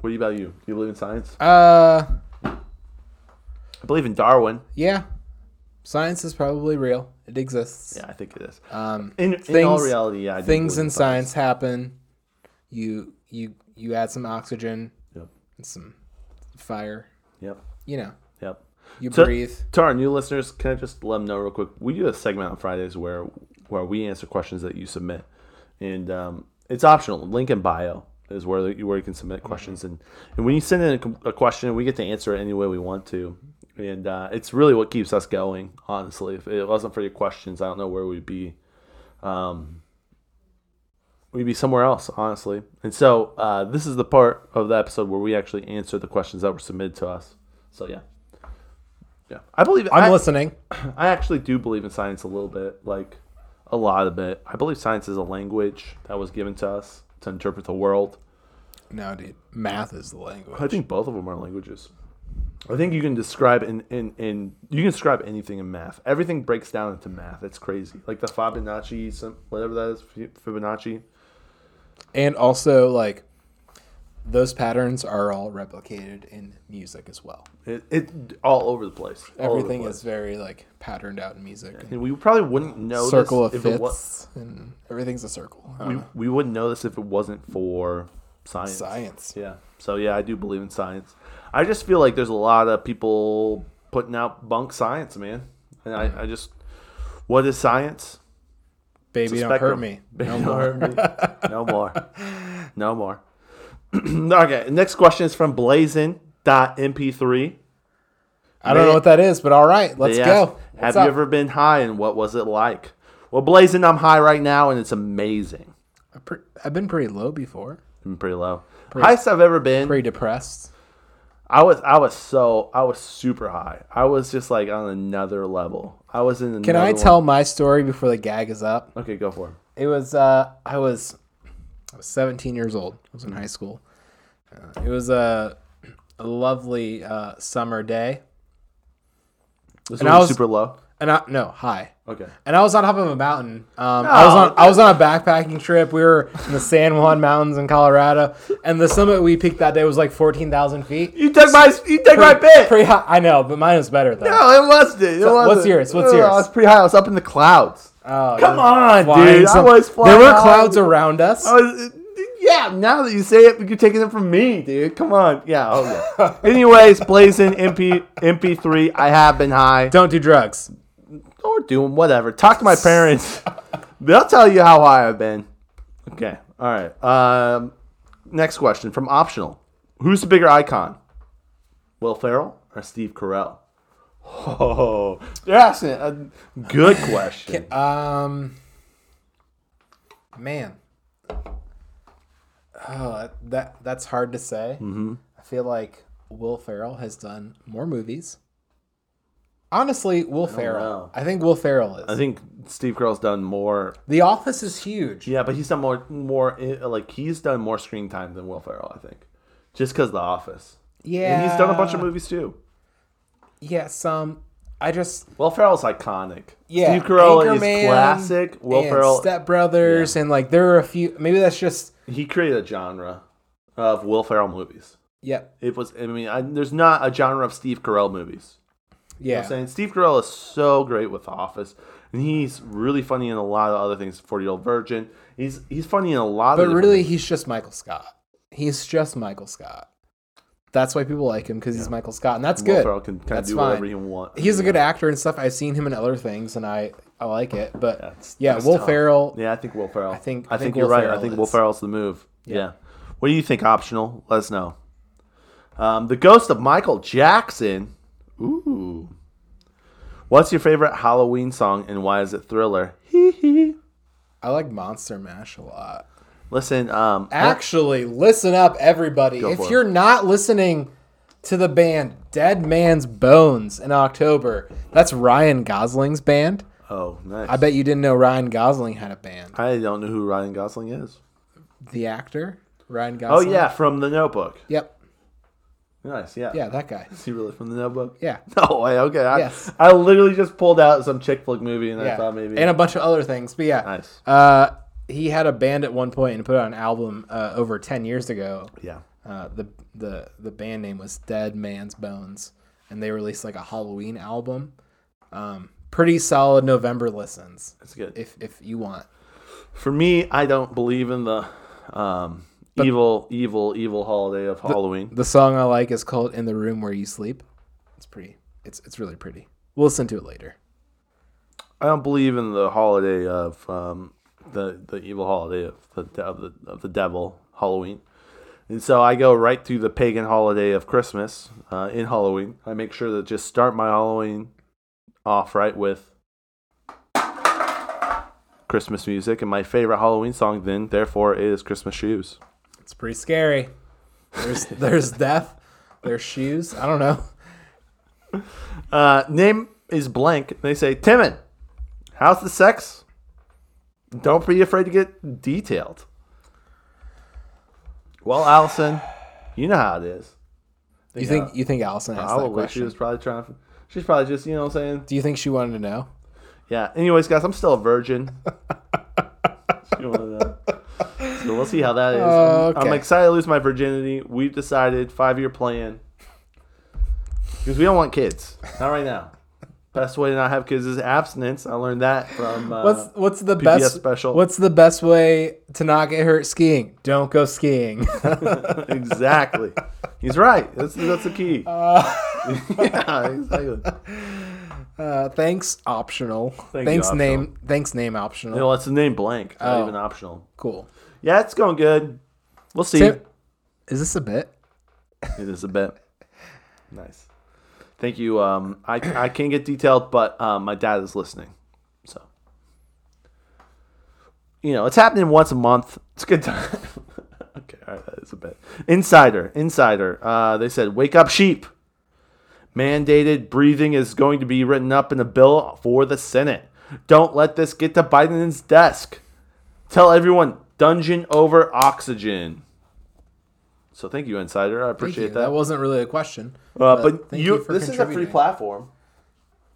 Speaker 2: What about you? Do you believe in science?
Speaker 1: Uh,
Speaker 2: I believe in Darwin.
Speaker 1: yeah. Science is probably real. It exists.
Speaker 2: Yeah, I think it is.
Speaker 1: Um,
Speaker 2: in, in all
Speaker 1: things-
Speaker 2: reality, yeah. I do
Speaker 1: things
Speaker 2: believe
Speaker 1: in science happen. You you you add some oxygen
Speaker 2: Yep.
Speaker 1: and some fire.
Speaker 2: Yep.
Speaker 1: You know,
Speaker 2: Yep.
Speaker 1: you
Speaker 2: So-
Speaker 1: breathe.
Speaker 2: To our new listeners, can I just let them know real quick? We do a segment on Fridays where where we answer questions that you submit, and um, it's optional. Link in bio is where you where you can submit
Speaker 1: Mm-hmm.
Speaker 2: questions, and and when you send in a, com- a question, we get to answer it any way we want to, and uh, it's really what keeps us going. Honestly, if it wasn't for your questions, I don't know where we'd be. Um, we'd be somewhere else, honestly. And so uh, this is the part of the episode where we actually answer the questions that were submitted to us. So yeah. Yeah. I believe
Speaker 1: I'm
Speaker 2: I-
Speaker 1: listening.
Speaker 2: I actually do believe in science a little bit, like a lot of it. I believe science is a language that was given to us to interpret the world.
Speaker 1: No, dude, math is the language.
Speaker 2: I think both of them are languages. I think you can describe in, in, in you can describe anything in math. Everything breaks down into math. It's crazy. Like the Fibonacci, some, whatever that is, Fibonacci.
Speaker 1: And also, like, those patterns are all replicated in music as well.
Speaker 2: It, it all over the place. All over the
Speaker 1: Everything
Speaker 2: place.
Speaker 1: is very like patterned out in music. and
Speaker 2: And we probably wouldn't know
Speaker 1: circle
Speaker 2: this
Speaker 1: of
Speaker 2: if it was.
Speaker 1: fifths, and everything's a circle. I don't
Speaker 2: We,
Speaker 1: know.
Speaker 2: we wouldn't know this if it wasn't for science.
Speaker 1: Science.
Speaker 2: Yeah. So yeah, I do believe in science. I just feel like there's a lot of people putting out bunk science, man. And I, I just, what is science?
Speaker 1: Baby, don't hurt
Speaker 2: spectrum. [LAUGHS]
Speaker 1: me.
Speaker 2: No more. no more. No more. [CLEARS THROAT] okay. Next question is from blazin.mp3.
Speaker 1: I don't know what that is, but all right, let's
Speaker 2: They
Speaker 1: go.
Speaker 2: asked,
Speaker 1: What's
Speaker 2: Have you
Speaker 1: up?
Speaker 2: ever been high and what was it like? Well, Blazin, I'm high right now and it's amazing.
Speaker 1: I pre- I've been pretty low before,
Speaker 2: I'm pretty low. Highest I've ever been.
Speaker 1: pretty depressed.
Speaker 2: I was I was so I was super high. I was just like on another level. I was in.
Speaker 1: Can
Speaker 2: another
Speaker 1: I
Speaker 2: one.
Speaker 1: tell my story before the gag is up?
Speaker 2: Okay, go for it.
Speaker 1: It was uh, I was I was 17 years old. I was in high school. Uh, it was a, a lovely uh, summer day,
Speaker 2: This
Speaker 1: And
Speaker 2: one
Speaker 1: I
Speaker 2: was
Speaker 1: was-
Speaker 2: super low.
Speaker 1: and I no high.
Speaker 2: Okay.
Speaker 1: And I was on top of a mountain. Um, I was on I was on a backpacking trip. We were in the San Juan Mountains in Colorado, and the summit we peaked that day was like 14,000 feet.
Speaker 2: You took my you took my bit.
Speaker 1: Pretty high. I know, but mine was better though.
Speaker 2: no, it wasn't. It wasn't.
Speaker 1: what's yours? What's
Speaker 2: No,
Speaker 1: yours?
Speaker 2: I was pretty high. I was up in the clouds.
Speaker 1: Oh,
Speaker 2: Come
Speaker 1: you're
Speaker 2: on,
Speaker 1: flying
Speaker 2: dude.
Speaker 1: some-
Speaker 2: I was flying.
Speaker 1: There were
Speaker 2: high. Oh,
Speaker 1: clouds around us.
Speaker 2: I was- yeah, now that you say it, you're taking it from me, dude. Come on. Yeah. Oh yeah.
Speaker 1: [LAUGHS]
Speaker 2: Anyways, Blazin MP MP3. I have been high.
Speaker 1: Don't do drugs.
Speaker 2: or doing whatever. Talk to [LAUGHS] my parents. They'll tell you how high I've been. Okay. All right. Um, next question from Optional. Who's the bigger icon? Will Ferrell or Steve Carell? Oh, they're asking a [LAUGHS] good question.
Speaker 1: Um, man, oh, that that's hard to say. Mm-hmm. I feel like Will Ferrell has done more movies. Honestly, Will Ferrell.
Speaker 2: know.
Speaker 1: I think Will Ferrell
Speaker 2: I
Speaker 1: is.
Speaker 2: think Steve Carell's done more.
Speaker 1: The Office is huge.
Speaker 2: Yeah, but he's done more more eh, like he's done more screen time than Will Ferrell. I think just because The Office.
Speaker 1: Yeah,
Speaker 2: And he's done a bunch of movies too.
Speaker 1: Yeah, some. I just
Speaker 2: Will Ferrell's iconic.
Speaker 1: yeah.
Speaker 2: Steve Carell
Speaker 1: Anchorman
Speaker 2: is classic. Will
Speaker 1: and
Speaker 2: Ferrell
Speaker 1: Step Brothers, and like there are a few. Maybe that's just.
Speaker 2: he created a genre of Will Ferrell movies.
Speaker 1: Yep.
Speaker 2: It was, I mean, I, there's not a genre of Steve Carell movies.
Speaker 1: Yeah.
Speaker 2: I'm saying Steve Carell is so great with The Office, and he's really funny in a lot of other things. Forty Year Old Virgin. He's he's funny in a lot
Speaker 1: But
Speaker 2: of. different
Speaker 1: really,
Speaker 2: things.
Speaker 1: he's just Michael Scott. He's just Michael Scott. That's why people like him because he's Michael Scott, and that's
Speaker 2: Will
Speaker 1: good.
Speaker 2: Ferrell can kind of
Speaker 1: That's
Speaker 2: do
Speaker 1: fine.
Speaker 2: whatever he wants.
Speaker 1: He's a good actor and stuff. I've seen him in other things, and I I like it. But yeah,
Speaker 2: it's- it's
Speaker 1: Will
Speaker 2: tough.
Speaker 1: Ferrell.
Speaker 2: Yeah, I think Will Ferrell. I
Speaker 1: think-
Speaker 2: I,
Speaker 1: I
Speaker 2: think,
Speaker 1: think
Speaker 2: you're
Speaker 1: Will
Speaker 2: right. I
Speaker 1: Ferrell
Speaker 2: think Will
Speaker 1: is.
Speaker 2: Ferrell's the move. Yeah. What do you think? Optional. Let us know. Um, the ghost of Michael Jackson. Ooh. What's your favorite Halloween song and why is it Thriller? Hee hee.
Speaker 1: I like Monster Mash a lot.
Speaker 2: Listen, um,
Speaker 1: Actually, listen up, everybody.
Speaker 2: for
Speaker 1: if
Speaker 2: it.
Speaker 1: you're not listening to the band Dead Man's Bones in October, that's Ryan Gosling's band.
Speaker 2: oh, nice.
Speaker 1: I bet you didn't know Ryan Gosling had a band.
Speaker 2: I don't know who Ryan Gosling is.
Speaker 1: The actor Ryan
Speaker 2: Oh
Speaker 1: Gosling.
Speaker 2: yeah, from The Notebook.
Speaker 1: Yep.
Speaker 2: Nice. Yeah.
Speaker 1: Yeah, that guy.
Speaker 2: Is he really from The Notebook?
Speaker 1: Yeah.
Speaker 2: [LAUGHS] No way. Okay. I,
Speaker 1: Yes.
Speaker 2: I literally just pulled out some chick flick movie and I
Speaker 1: yeah.
Speaker 2: thought maybe.
Speaker 1: and a bunch of other things. But yeah,
Speaker 2: Nice.
Speaker 1: Uh, he had a band at one point and put out an album uh, over ten years ago.
Speaker 2: yeah.
Speaker 1: Uh, the the the band name was Dead Man's Bones, and they released like a Halloween album. Um, pretty solid November listens
Speaker 2: That's good.
Speaker 1: if if you want.
Speaker 2: For me, I don't believe in the um, evil, evil, evil holiday of Halloween.
Speaker 1: The song I like is called "In the Room Where You Sleep." It's pretty. It's it's really pretty. We'll listen to it later.
Speaker 2: I don't believe in the holiday of um, the the evil holiday of the de- of the of the devil Halloween. And so I go right to the pagan holiday of Christmas uh, in Halloween. I make sure to just start my Halloween off right with Christmas music, and my favorite Halloween song then, therefore, is Christmas Shoes.
Speaker 1: It's pretty scary. There's [LAUGHS] there's death. There's shoes. I don't know.
Speaker 2: Uh, name is blank. They say, Timon, how's the sex? Don't be afraid to get detailed. Well, Allison, you know how it is.
Speaker 1: You think you think Allison asked that
Speaker 2: Probably she
Speaker 1: question?
Speaker 2: was probably trying to. She's probably just, you know what I'm saying?
Speaker 1: Do you think she wanted to know? [LAUGHS]
Speaker 2: Yeah. Anyways, guys, I'm still a virgin. She wanted to- So we'll see how that is.
Speaker 1: Oh,
Speaker 2: I'm- I'm
Speaker 1: okay.
Speaker 2: excited to lose my virginity. We've decided five year plan because we don't want kids. Not right now. Best way to not have kids is abstinence. I learned that from uh,
Speaker 1: What's what's the
Speaker 2: PBS
Speaker 1: best
Speaker 2: special.
Speaker 1: What's the best way to not get hurt skiing? Don't go skiing.
Speaker 2: [LAUGHS]
Speaker 1: [LAUGHS]
Speaker 2: exactly. He's right. That's that's
Speaker 1: [LAUGHS]
Speaker 2: the key. [LAUGHS] yeah, exactly.
Speaker 1: uh, thanks optional.
Speaker 2: you,
Speaker 1: thanks
Speaker 2: optional.
Speaker 1: name. Thanks name optional.
Speaker 2: No, that's the name blank. It's Not
Speaker 1: Oh.
Speaker 2: even optional.
Speaker 1: Cool.
Speaker 2: Yeah, it's going good. We'll see.
Speaker 1: Tim, is this a bit?
Speaker 2: It is a bit. Nice. Thank you. Um, I, I can't get detailed, but um, my dad is listening. So, you know, it's happening once a month. It's a good time. [LAUGHS] okay, all right, that is a bit. Insider, insider. Uh, they said, wake up, sheep. Mandated breathing is going to be written up in a bill for the Senate. Don't let this get to Biden's desk. Tell everyone, dungeon over oxygen. So thank you, insider. I
Speaker 1: Thank you.
Speaker 2: appreciate
Speaker 1: That wasn't really a question.
Speaker 2: uh, but
Speaker 1: thank
Speaker 2: you,
Speaker 1: you for
Speaker 2: this is a free
Speaker 1: contributing.
Speaker 2: platform,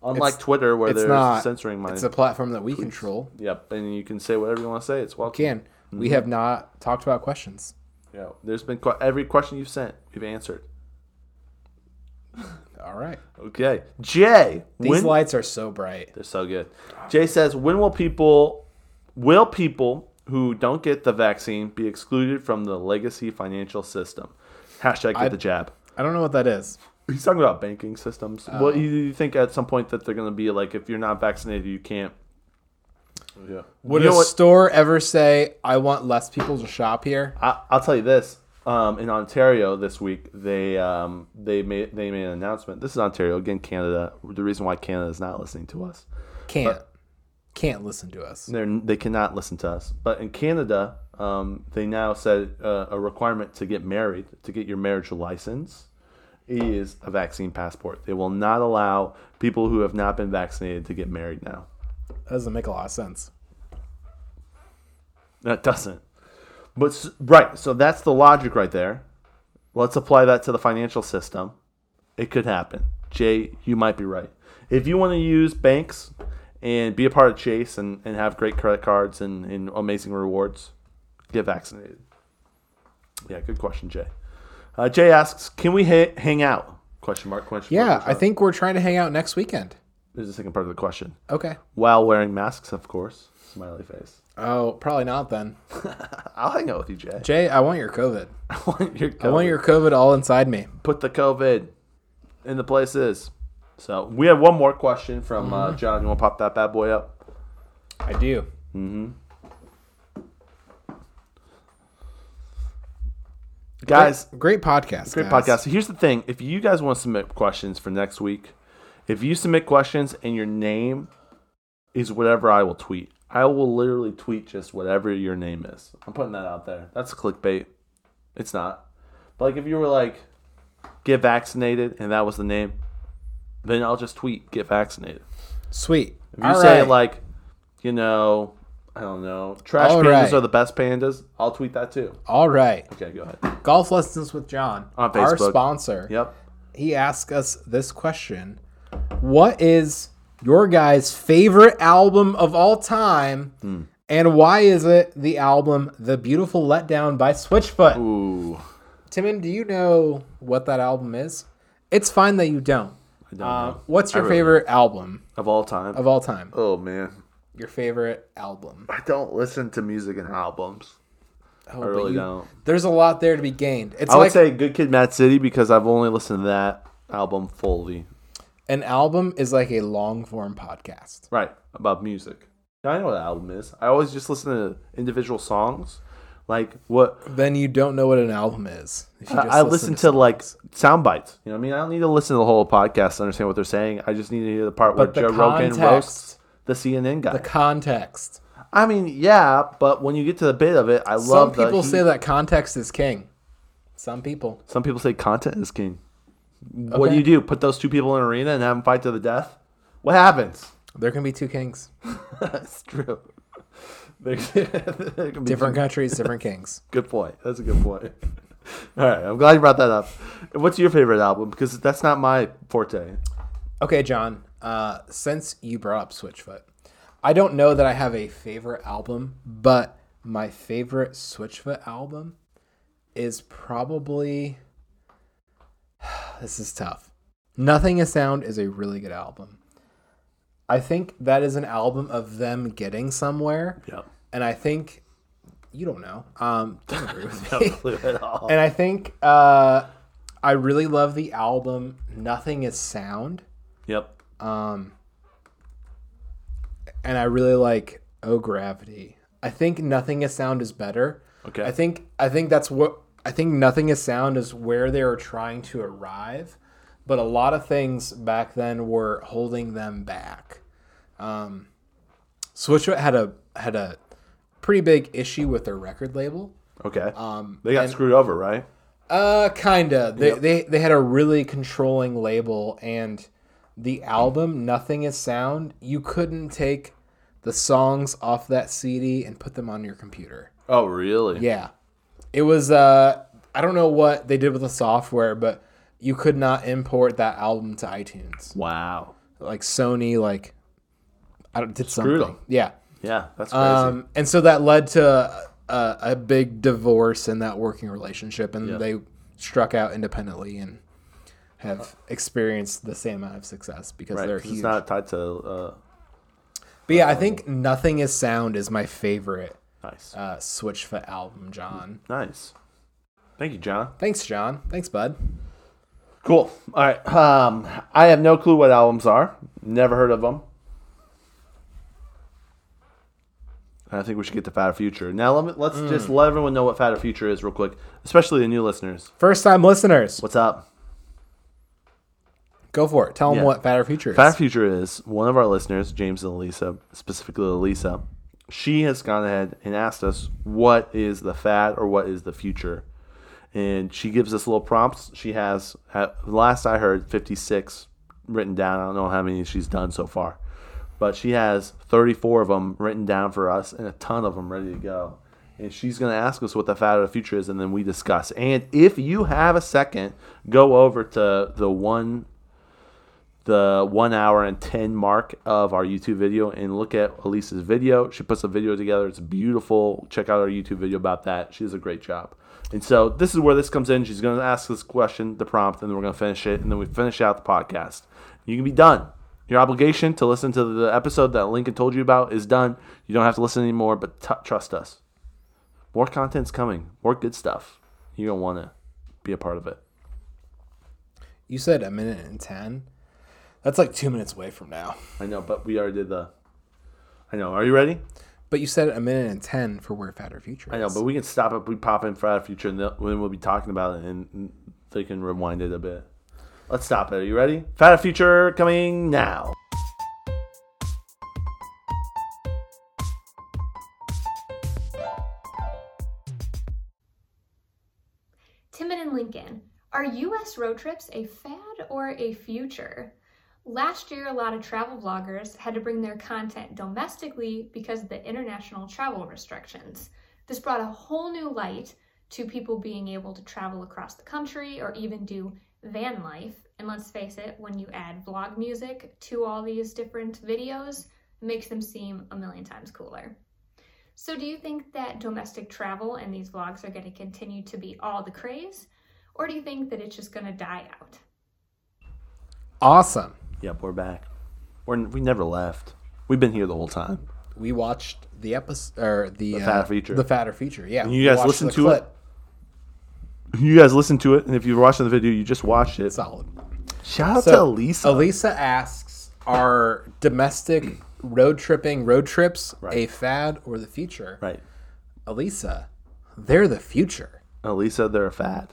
Speaker 2: unlike Twitter where
Speaker 1: it's
Speaker 2: they're
Speaker 1: not-
Speaker 2: censoring my.
Speaker 1: It's a platform that we control.
Speaker 2: Yep, and you can say whatever you want to say. It's welcome.
Speaker 1: Can
Speaker 2: Mm-hmm.
Speaker 1: we have not talked about questions?
Speaker 2: Yeah, there's been que- every question you've sent, we've answered.
Speaker 1: All right.
Speaker 2: Okay, Jay,
Speaker 1: These
Speaker 2: when
Speaker 1: lights are so bright.
Speaker 2: they're so good. Jay says, when will people, will people who don't get the vaccine be excluded from the legacy financial system? Hashtag get the jab.
Speaker 1: I don't know what that is.
Speaker 2: He's talking about banking systems.
Speaker 1: Uh,
Speaker 2: Well, you, you think at some point that they're going to be like, if you're not vaccinated, you can't. Yeah.
Speaker 1: Would
Speaker 2: you
Speaker 1: a
Speaker 2: know what?
Speaker 1: store ever say, "I want less people to shop here"?
Speaker 2: I, I'll tell you this. Um, in Ontario this week, they um, they made they made an announcement. This is Ontario again, Canada. The reason why Canada is not listening to us,
Speaker 1: Can't.
Speaker 2: Uh,
Speaker 1: can't listen to us.
Speaker 2: they they cannot listen to us. But in Canada, um, they now said uh, a requirement to get married, to get your marriage license, is a vaccine passport. They will not allow people who have not been vaccinated to get married now.
Speaker 1: That doesn't make a lot of sense.
Speaker 2: That doesn't. But s- right, so that's the logic right there. Let's apply that to the financial system. It could happen. Jay, you might be right. If you want to use banks and be a part of Chase and, and have great credit cards and, and amazing rewards, get vaccinated. Yeah, good question, Jay. Uh, Jay asks, "Can we ha- hang out?" Question mark. Question. mark,
Speaker 1: Yeah,
Speaker 2: question
Speaker 1: I
Speaker 2: mark.
Speaker 1: think we're trying to hang out next weekend.
Speaker 2: there's a second part of the question.
Speaker 1: Okay.
Speaker 2: While wearing masks, of course. Smiley face.
Speaker 1: Oh, probably not then.
Speaker 2: I'll hang out with you, Jay. [LAUGHS]
Speaker 1: Jay, I want your COVID.
Speaker 2: I want your.
Speaker 1: I want your COVID all inside me.
Speaker 2: put the COVID in the places. So we have one more question from uh, John. You want to pop that bad boy up?
Speaker 1: I do.
Speaker 2: Guys,
Speaker 1: Great podcast.
Speaker 2: great
Speaker 1: guys.
Speaker 2: podcast. Here's the thing if you guys want to submit questions for next week, if you submit questions and your name is whatever I will tweet, I will literally tweet just whatever your name is. I'm putting that out there. That's clickbait. It's not. But like if you were like, get vaccinated and that was the name, then I'll just tweet, get vaccinated.
Speaker 1: Sweet.
Speaker 2: If you
Speaker 1: All
Speaker 2: say
Speaker 1: right.
Speaker 2: like, you know, I don't know, trash
Speaker 1: All
Speaker 2: pandas
Speaker 1: right.
Speaker 2: are the best pandas. I'll tweet that too.
Speaker 1: all right.
Speaker 2: Okay, go ahead.
Speaker 1: Golf lessons with John,
Speaker 2: On
Speaker 1: our
Speaker 2: Facebook.
Speaker 1: sponsor.
Speaker 2: Yep.
Speaker 1: He asked us this question: What is your guys' favorite album of all time,
Speaker 2: Hmm.
Speaker 1: and why is it the album "The Beautiful Letdown" by Switchfoot?
Speaker 2: Ooh,
Speaker 1: Timon, do you know what that album is? It's fine that you don't.
Speaker 2: I don't
Speaker 1: Uh,
Speaker 2: know.
Speaker 1: what's your
Speaker 2: really
Speaker 1: favorite album
Speaker 2: of all time.
Speaker 1: of all time?
Speaker 2: oh man,
Speaker 1: Your favorite album.
Speaker 2: I don't listen to music and albums.
Speaker 1: Oh,
Speaker 2: I
Speaker 1: but
Speaker 2: really
Speaker 1: you-
Speaker 2: don't.
Speaker 1: There's a lot there to be gained. It's
Speaker 2: I would
Speaker 1: like
Speaker 2: say Good Kid, Mad City because I've only listened to that album fully.
Speaker 1: an album is like a long form podcast.
Speaker 2: Right about music. I know what an album is. I always just listen to individual songs. Like what
Speaker 1: Then you don't know what an album is. if you
Speaker 2: I,
Speaker 1: just
Speaker 2: I listen to
Speaker 1: songs.
Speaker 2: like sound bites. You know what I mean? I don't need to listen to the whole podcast to understand what they're saying. I just need to hear the part
Speaker 1: But the
Speaker 2: where Joe Rogan
Speaker 1: context-
Speaker 2: roasts the CNN guy.
Speaker 1: the context.
Speaker 2: I mean, yeah, but when you get to the bit of it, I
Speaker 1: Some
Speaker 2: love. the
Speaker 1: people
Speaker 2: heat.
Speaker 1: say that context is king. Some people.
Speaker 2: Some people say content is king. What do
Speaker 1: Okay.
Speaker 2: you do? Put those two people in an arena and have them fight to the death? What happens? [LAUGHS]
Speaker 1: There can be two kings.
Speaker 2: That's true. [LAUGHS] There- there can [LAUGHS] be
Speaker 1: Different countries, different
Speaker 2: [LAUGHS]
Speaker 1: kings.
Speaker 2: Good point. That's a good point. [LAUGHS] All right, I'm glad you brought that up. What's your favorite album? Because that's not my forte.
Speaker 1: Okay, John. Uh, since you brought up Switchfoot, I don't know that I have a favorite album, but my favorite Switchfoot album is probably. [SIGHS] This is tough. Nothing is Sound is a really good album. I think that is an album of them getting somewhere.
Speaker 2: [LAUGHS] Yep.
Speaker 1: And I think you don't know. Um, don't agree with me.
Speaker 2: Don't believe it
Speaker 1: [LAUGHS]
Speaker 2: at all.
Speaker 1: And I think uh, I really love the album Nothing is Sound.
Speaker 2: Yep.
Speaker 1: and I really like Oh Gravity. I think Nothing is Sound is better.
Speaker 2: Okay.
Speaker 1: I think I think that's what I think Nothing is Sound is where they are trying to arrive, but a lot of things back then were holding them back. Um, Switchfoot had a had a pretty big issue with their record label.
Speaker 2: Okay. Um, they got screwed over, right?
Speaker 1: Uh, kinda. They, they they had a really controlling label, and the album "Nothing Is Sound" you couldn't take the songs off that CD and put them on your computer.
Speaker 2: Oh, really?
Speaker 1: Yeah, it was. Uh, I don't know what they did with the software, but you could not import that album to iTunes.
Speaker 2: Wow.
Speaker 1: Like Sony, like I don't did
Speaker 2: Screwed
Speaker 1: something.
Speaker 2: them.
Speaker 1: Yeah.
Speaker 2: Yeah, that's crazy.
Speaker 1: Um, and so that led to a, a big divorce in that working relationship, and they struck out independently and have experienced the same amount of success because
Speaker 2: right.
Speaker 1: they're
Speaker 2: 'cause It's
Speaker 1: huge.
Speaker 2: not tied to uh,
Speaker 1: but yeah, I think "Nothing Is Sound" is my favorite
Speaker 2: nice.
Speaker 1: uh, Switchfoot album, John.
Speaker 2: nice. Thank you, John.
Speaker 1: Thanks, John. Thanks, bud.
Speaker 2: Cool. All right. Um, I have no clue what albums are. Never heard of them. I think we should get to Fatter Future. Now, let me, let's just
Speaker 1: Mm.
Speaker 2: let everyone know what Fatter Future is real quick, especially the new listeners.
Speaker 1: First time listeners,
Speaker 2: What's up?
Speaker 1: go for it. Tell them
Speaker 2: Yeah.
Speaker 1: what Fatter Future is.
Speaker 2: Fatter Future is one of our listeners, James and Elisa, specifically Elisa. She has gone ahead and asked us what is the fad or what is the future. And she gives us little prompts. She has, at last I heard, 56 written down. I don't know how many she's done so far. But she has 34 of them written down for us and a ton of them ready to go. And she's going to ask us what the fad of the future is, and then we discuss. And if you have a second, go over to the one the one hour and 10 mark of our YouTube video and look at Elisa's video. She puts a video together. It's beautiful. Check out our YouTube video about that. She does a great job. And so this is where this comes in. She's going to ask this question, the prompt, and then we're going to finish it. And then we finish out the podcast. You can be done. Your obligation to listen to the episode that Lincoln told you about is done. You don't have to listen anymore, but t- trust us. More content's coming, more good stuff. You're going to want to be a part of it.
Speaker 1: you said a minute and ten. That's like two minutes away from now.
Speaker 2: I know, but we already did the. I know. Are you ready?
Speaker 1: But you said a minute and ten for where Fatter Future is.
Speaker 2: I know, but we can stop it. We pop in Friday Future, and then we'll be talking about it, and they can rewind it a bit. Let's stop it. Are you ready? Friday Future coming now.
Speaker 3: Timon and Lincoln, are US road trips a fad or a future? Last year, a lot of travel bloggers had to bring their content domestically because of the international travel restrictions. This brought a whole new light to people being able to travel across the country or even do van life. And let's face it, when you add vlog music to all these different videos, it makes them seem a million times cooler. So, do you think that domestic travel and these vlogs are going to continue to be all the craze? Or do you think that it's just going to die out?
Speaker 1: awesome.
Speaker 2: Yep, we're back. We're, we never left. We've been here the whole time.
Speaker 1: we watched the episode or the, the
Speaker 2: fatter feature.
Speaker 1: The fatter feature, yeah.
Speaker 2: you guys
Speaker 1: watched
Speaker 2: listened
Speaker 1: the
Speaker 2: to it? You guys listened to it, and if you're watching the video, you just watched it.
Speaker 1: Solid.
Speaker 2: Shout out to
Speaker 1: So,
Speaker 2: Elisa.
Speaker 1: Elisa asks, "Are domestic road tripping road trips a fad or the future?"
Speaker 2: right,
Speaker 1: Elisa, they're the future.
Speaker 2: Elisa, they're a fad.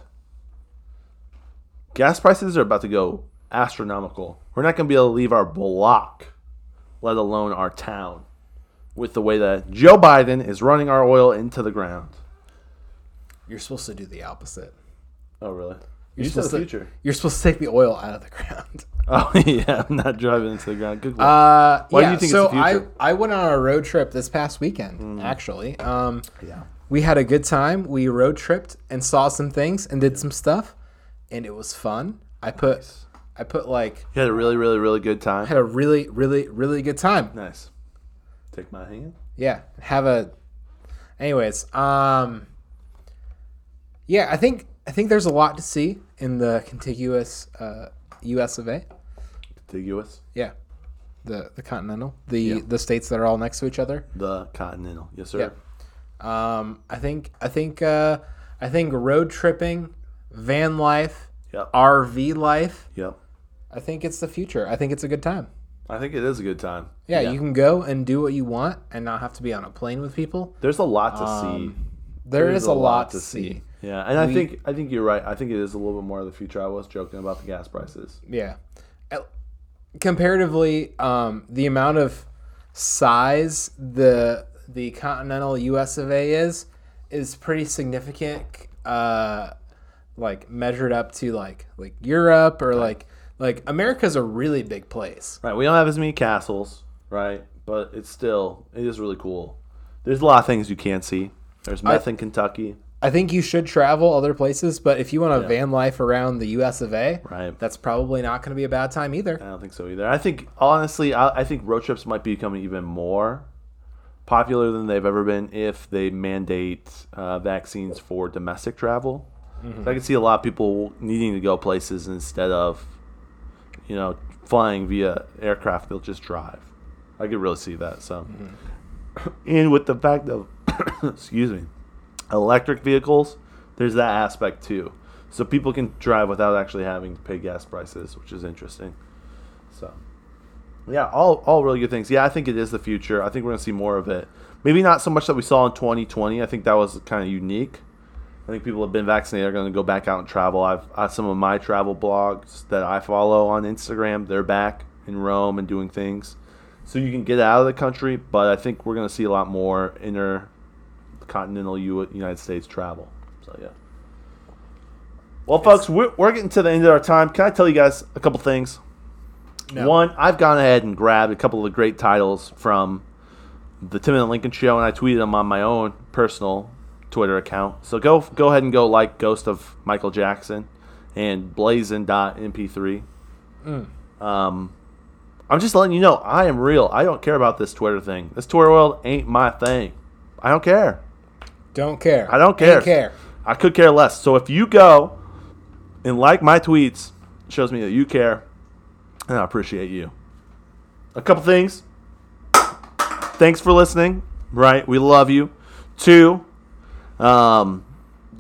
Speaker 2: Gas prices are about to go astronomical. We're not going to be able to leave our block, let alone our town, with the way that Joe Biden is running our oil into the ground.
Speaker 1: You're supposed to do the opposite.
Speaker 2: Oh, really?
Speaker 1: You're
Speaker 2: You said
Speaker 1: supposed
Speaker 2: the
Speaker 1: to-
Speaker 2: future.
Speaker 1: You're supposed to take the oil out of the [LAUGHS] ground.
Speaker 2: [LAUGHS] Oh, yeah. I'm not driving into the ground. Good one.
Speaker 1: Uh,
Speaker 2: Why do
Speaker 1: yeah,
Speaker 2: you think it's
Speaker 1: so
Speaker 2: the future? Mm.
Speaker 1: I I went on a road trip this past weekend. Actually, um, yeah, we had a good time. We road tripped and saw some things and did some stuff, and it was fun. I put I put like
Speaker 2: you had a really, really, really good time.
Speaker 1: had a really really really good time.
Speaker 2: Nice. Take my hand.
Speaker 1: Yeah, have a Anyways, um, yeah, I think I think there's a lot to see in the contiguous uh, U.S. of A.
Speaker 2: Contiguous.
Speaker 1: Yeah, the the continental, the the states that are all next to each other.
Speaker 2: The continental. Yes, sir.
Speaker 1: Yeah. Um, I think I think uh, I think road tripping, van life,
Speaker 2: Yep.
Speaker 1: RV life.
Speaker 2: Yep.
Speaker 1: I think it's the future. I think it's a good time.
Speaker 2: I think it is a good time.
Speaker 1: Yeah, you can go and do what you want and not have to be on a plane with people.
Speaker 2: There's a lot to
Speaker 1: there
Speaker 2: There's
Speaker 1: is a lot to see.
Speaker 2: see. Yeah, and I think I think you're right. I think it is a little bit more of the future. I was joking about the gas prices.
Speaker 1: Yeah. El- Comparatively, um, the amount of size the the continental U.S. of A. is is pretty significant. Uh, like measured up to like like Europe or like like America's a really big place.
Speaker 2: Right, we don't have as many castles, right? But it's still it is really cool. There's a lot of things you can't see. There's meth in Kentucky,
Speaker 1: I think you should travel other places, but if you want to van life around the U.S. of A.,
Speaker 2: right?
Speaker 1: that's probably not going to be a bad time either.
Speaker 2: I don't think so either. I think honestly, I, I think road trips might become even more popular than they've ever been if they mandate uh, vaccines for domestic travel. So I can see a lot of people needing to go places instead of, you know, flying via aircraft. They'll just drive. I could really see that. So, and with the fact of, [COUGHS] excuse me, electric vehicles, there's that aspect too. So people can drive without actually having to pay gas prices, which is interesting. So, yeah, all all really good things. Yeah, I think it is the future. I think we're gonna see more of it. Maybe not so much that we saw in 2020. I think that was kind of unique. I think people have been vaccinated. Are going to go back out and travel. I've uh, some of my travel blogs that I follow on Instagram. They're back in Rome and doing things. So you can get out of the country, but I think we're going to see a lot more intercontinental U- United States travel. So yeah. Well, folks, we're, we're getting to the end of our time. Can I tell you guys a couple things?
Speaker 1: No.
Speaker 2: One, I've gone ahead and grabbed a couple of great titles from the Tim and Lincoln show, and I tweeted them on my own personal Twitter account. So go go ahead and go like Ghost of Michael Jackson and Blazin.mp3. Um, I'm just letting you know I am real. I don't care about this Twitter thing. This Twitter world ain't my thing. I don't care.
Speaker 1: Don't care.
Speaker 2: I don't
Speaker 1: Ain't
Speaker 2: care.
Speaker 1: care.
Speaker 2: I could care less. So if you go and like my tweets, it shows me that you care, and I appreciate you. A couple things. Thanks for listening. Right, we love you. Two, um,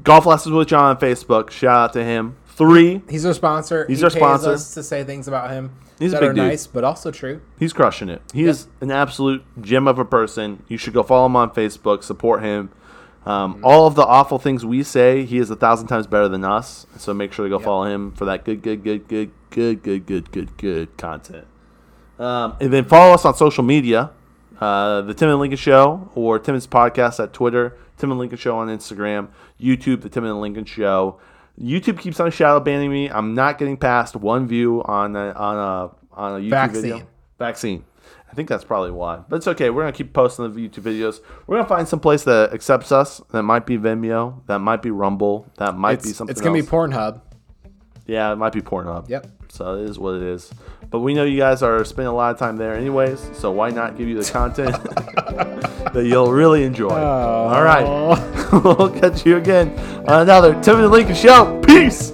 Speaker 2: golf lessons with John on Facebook. Shout out to him. Three,
Speaker 1: He's our sponsor.
Speaker 2: He's
Speaker 1: he
Speaker 2: our
Speaker 1: pays
Speaker 2: sponsor.
Speaker 1: us to say things about him
Speaker 2: He's a
Speaker 1: that
Speaker 2: big
Speaker 1: are
Speaker 2: dude.
Speaker 1: nice, but also true.
Speaker 2: He's crushing it. He is an absolute gem of a person. You should go follow him on Facebook, support him. Um, All of the awful things we say, he is a thousand times better than us. So make sure to go follow him for that good, good, good, good, good, good, good, good, good content. Um, and then follow us on social media, uh, the Tim and Lincoln Show or Timmons Podcast at Twitter, Tim and Lincoln Show on Instagram, YouTube, the Tim and Lincoln Show. YouTube keeps on shadow banning me. I'm not getting past one view on a, on a on a YouTube video.
Speaker 1: Vaccine.
Speaker 2: Vaccine. I think that's probably why, but it's okay. We're gonna keep posting the YouTube videos. We're gonna find some place that accepts us. That might be Vimeo. That might be Rumble. That might be
Speaker 1: It's,
Speaker 2: something.
Speaker 1: it's gonna
Speaker 2: else.
Speaker 1: be Pornhub.
Speaker 2: Yeah, it might be Pornhub.
Speaker 1: Yep.
Speaker 2: So it is what it is. But we know you guys are spending a lot of time there anyways, so why not give you the content that you'll really enjoy. All right. [LAUGHS] we'll catch you again on another Tim and Lincoln show. Peace.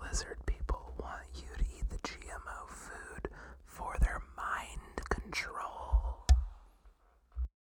Speaker 4: lizard people.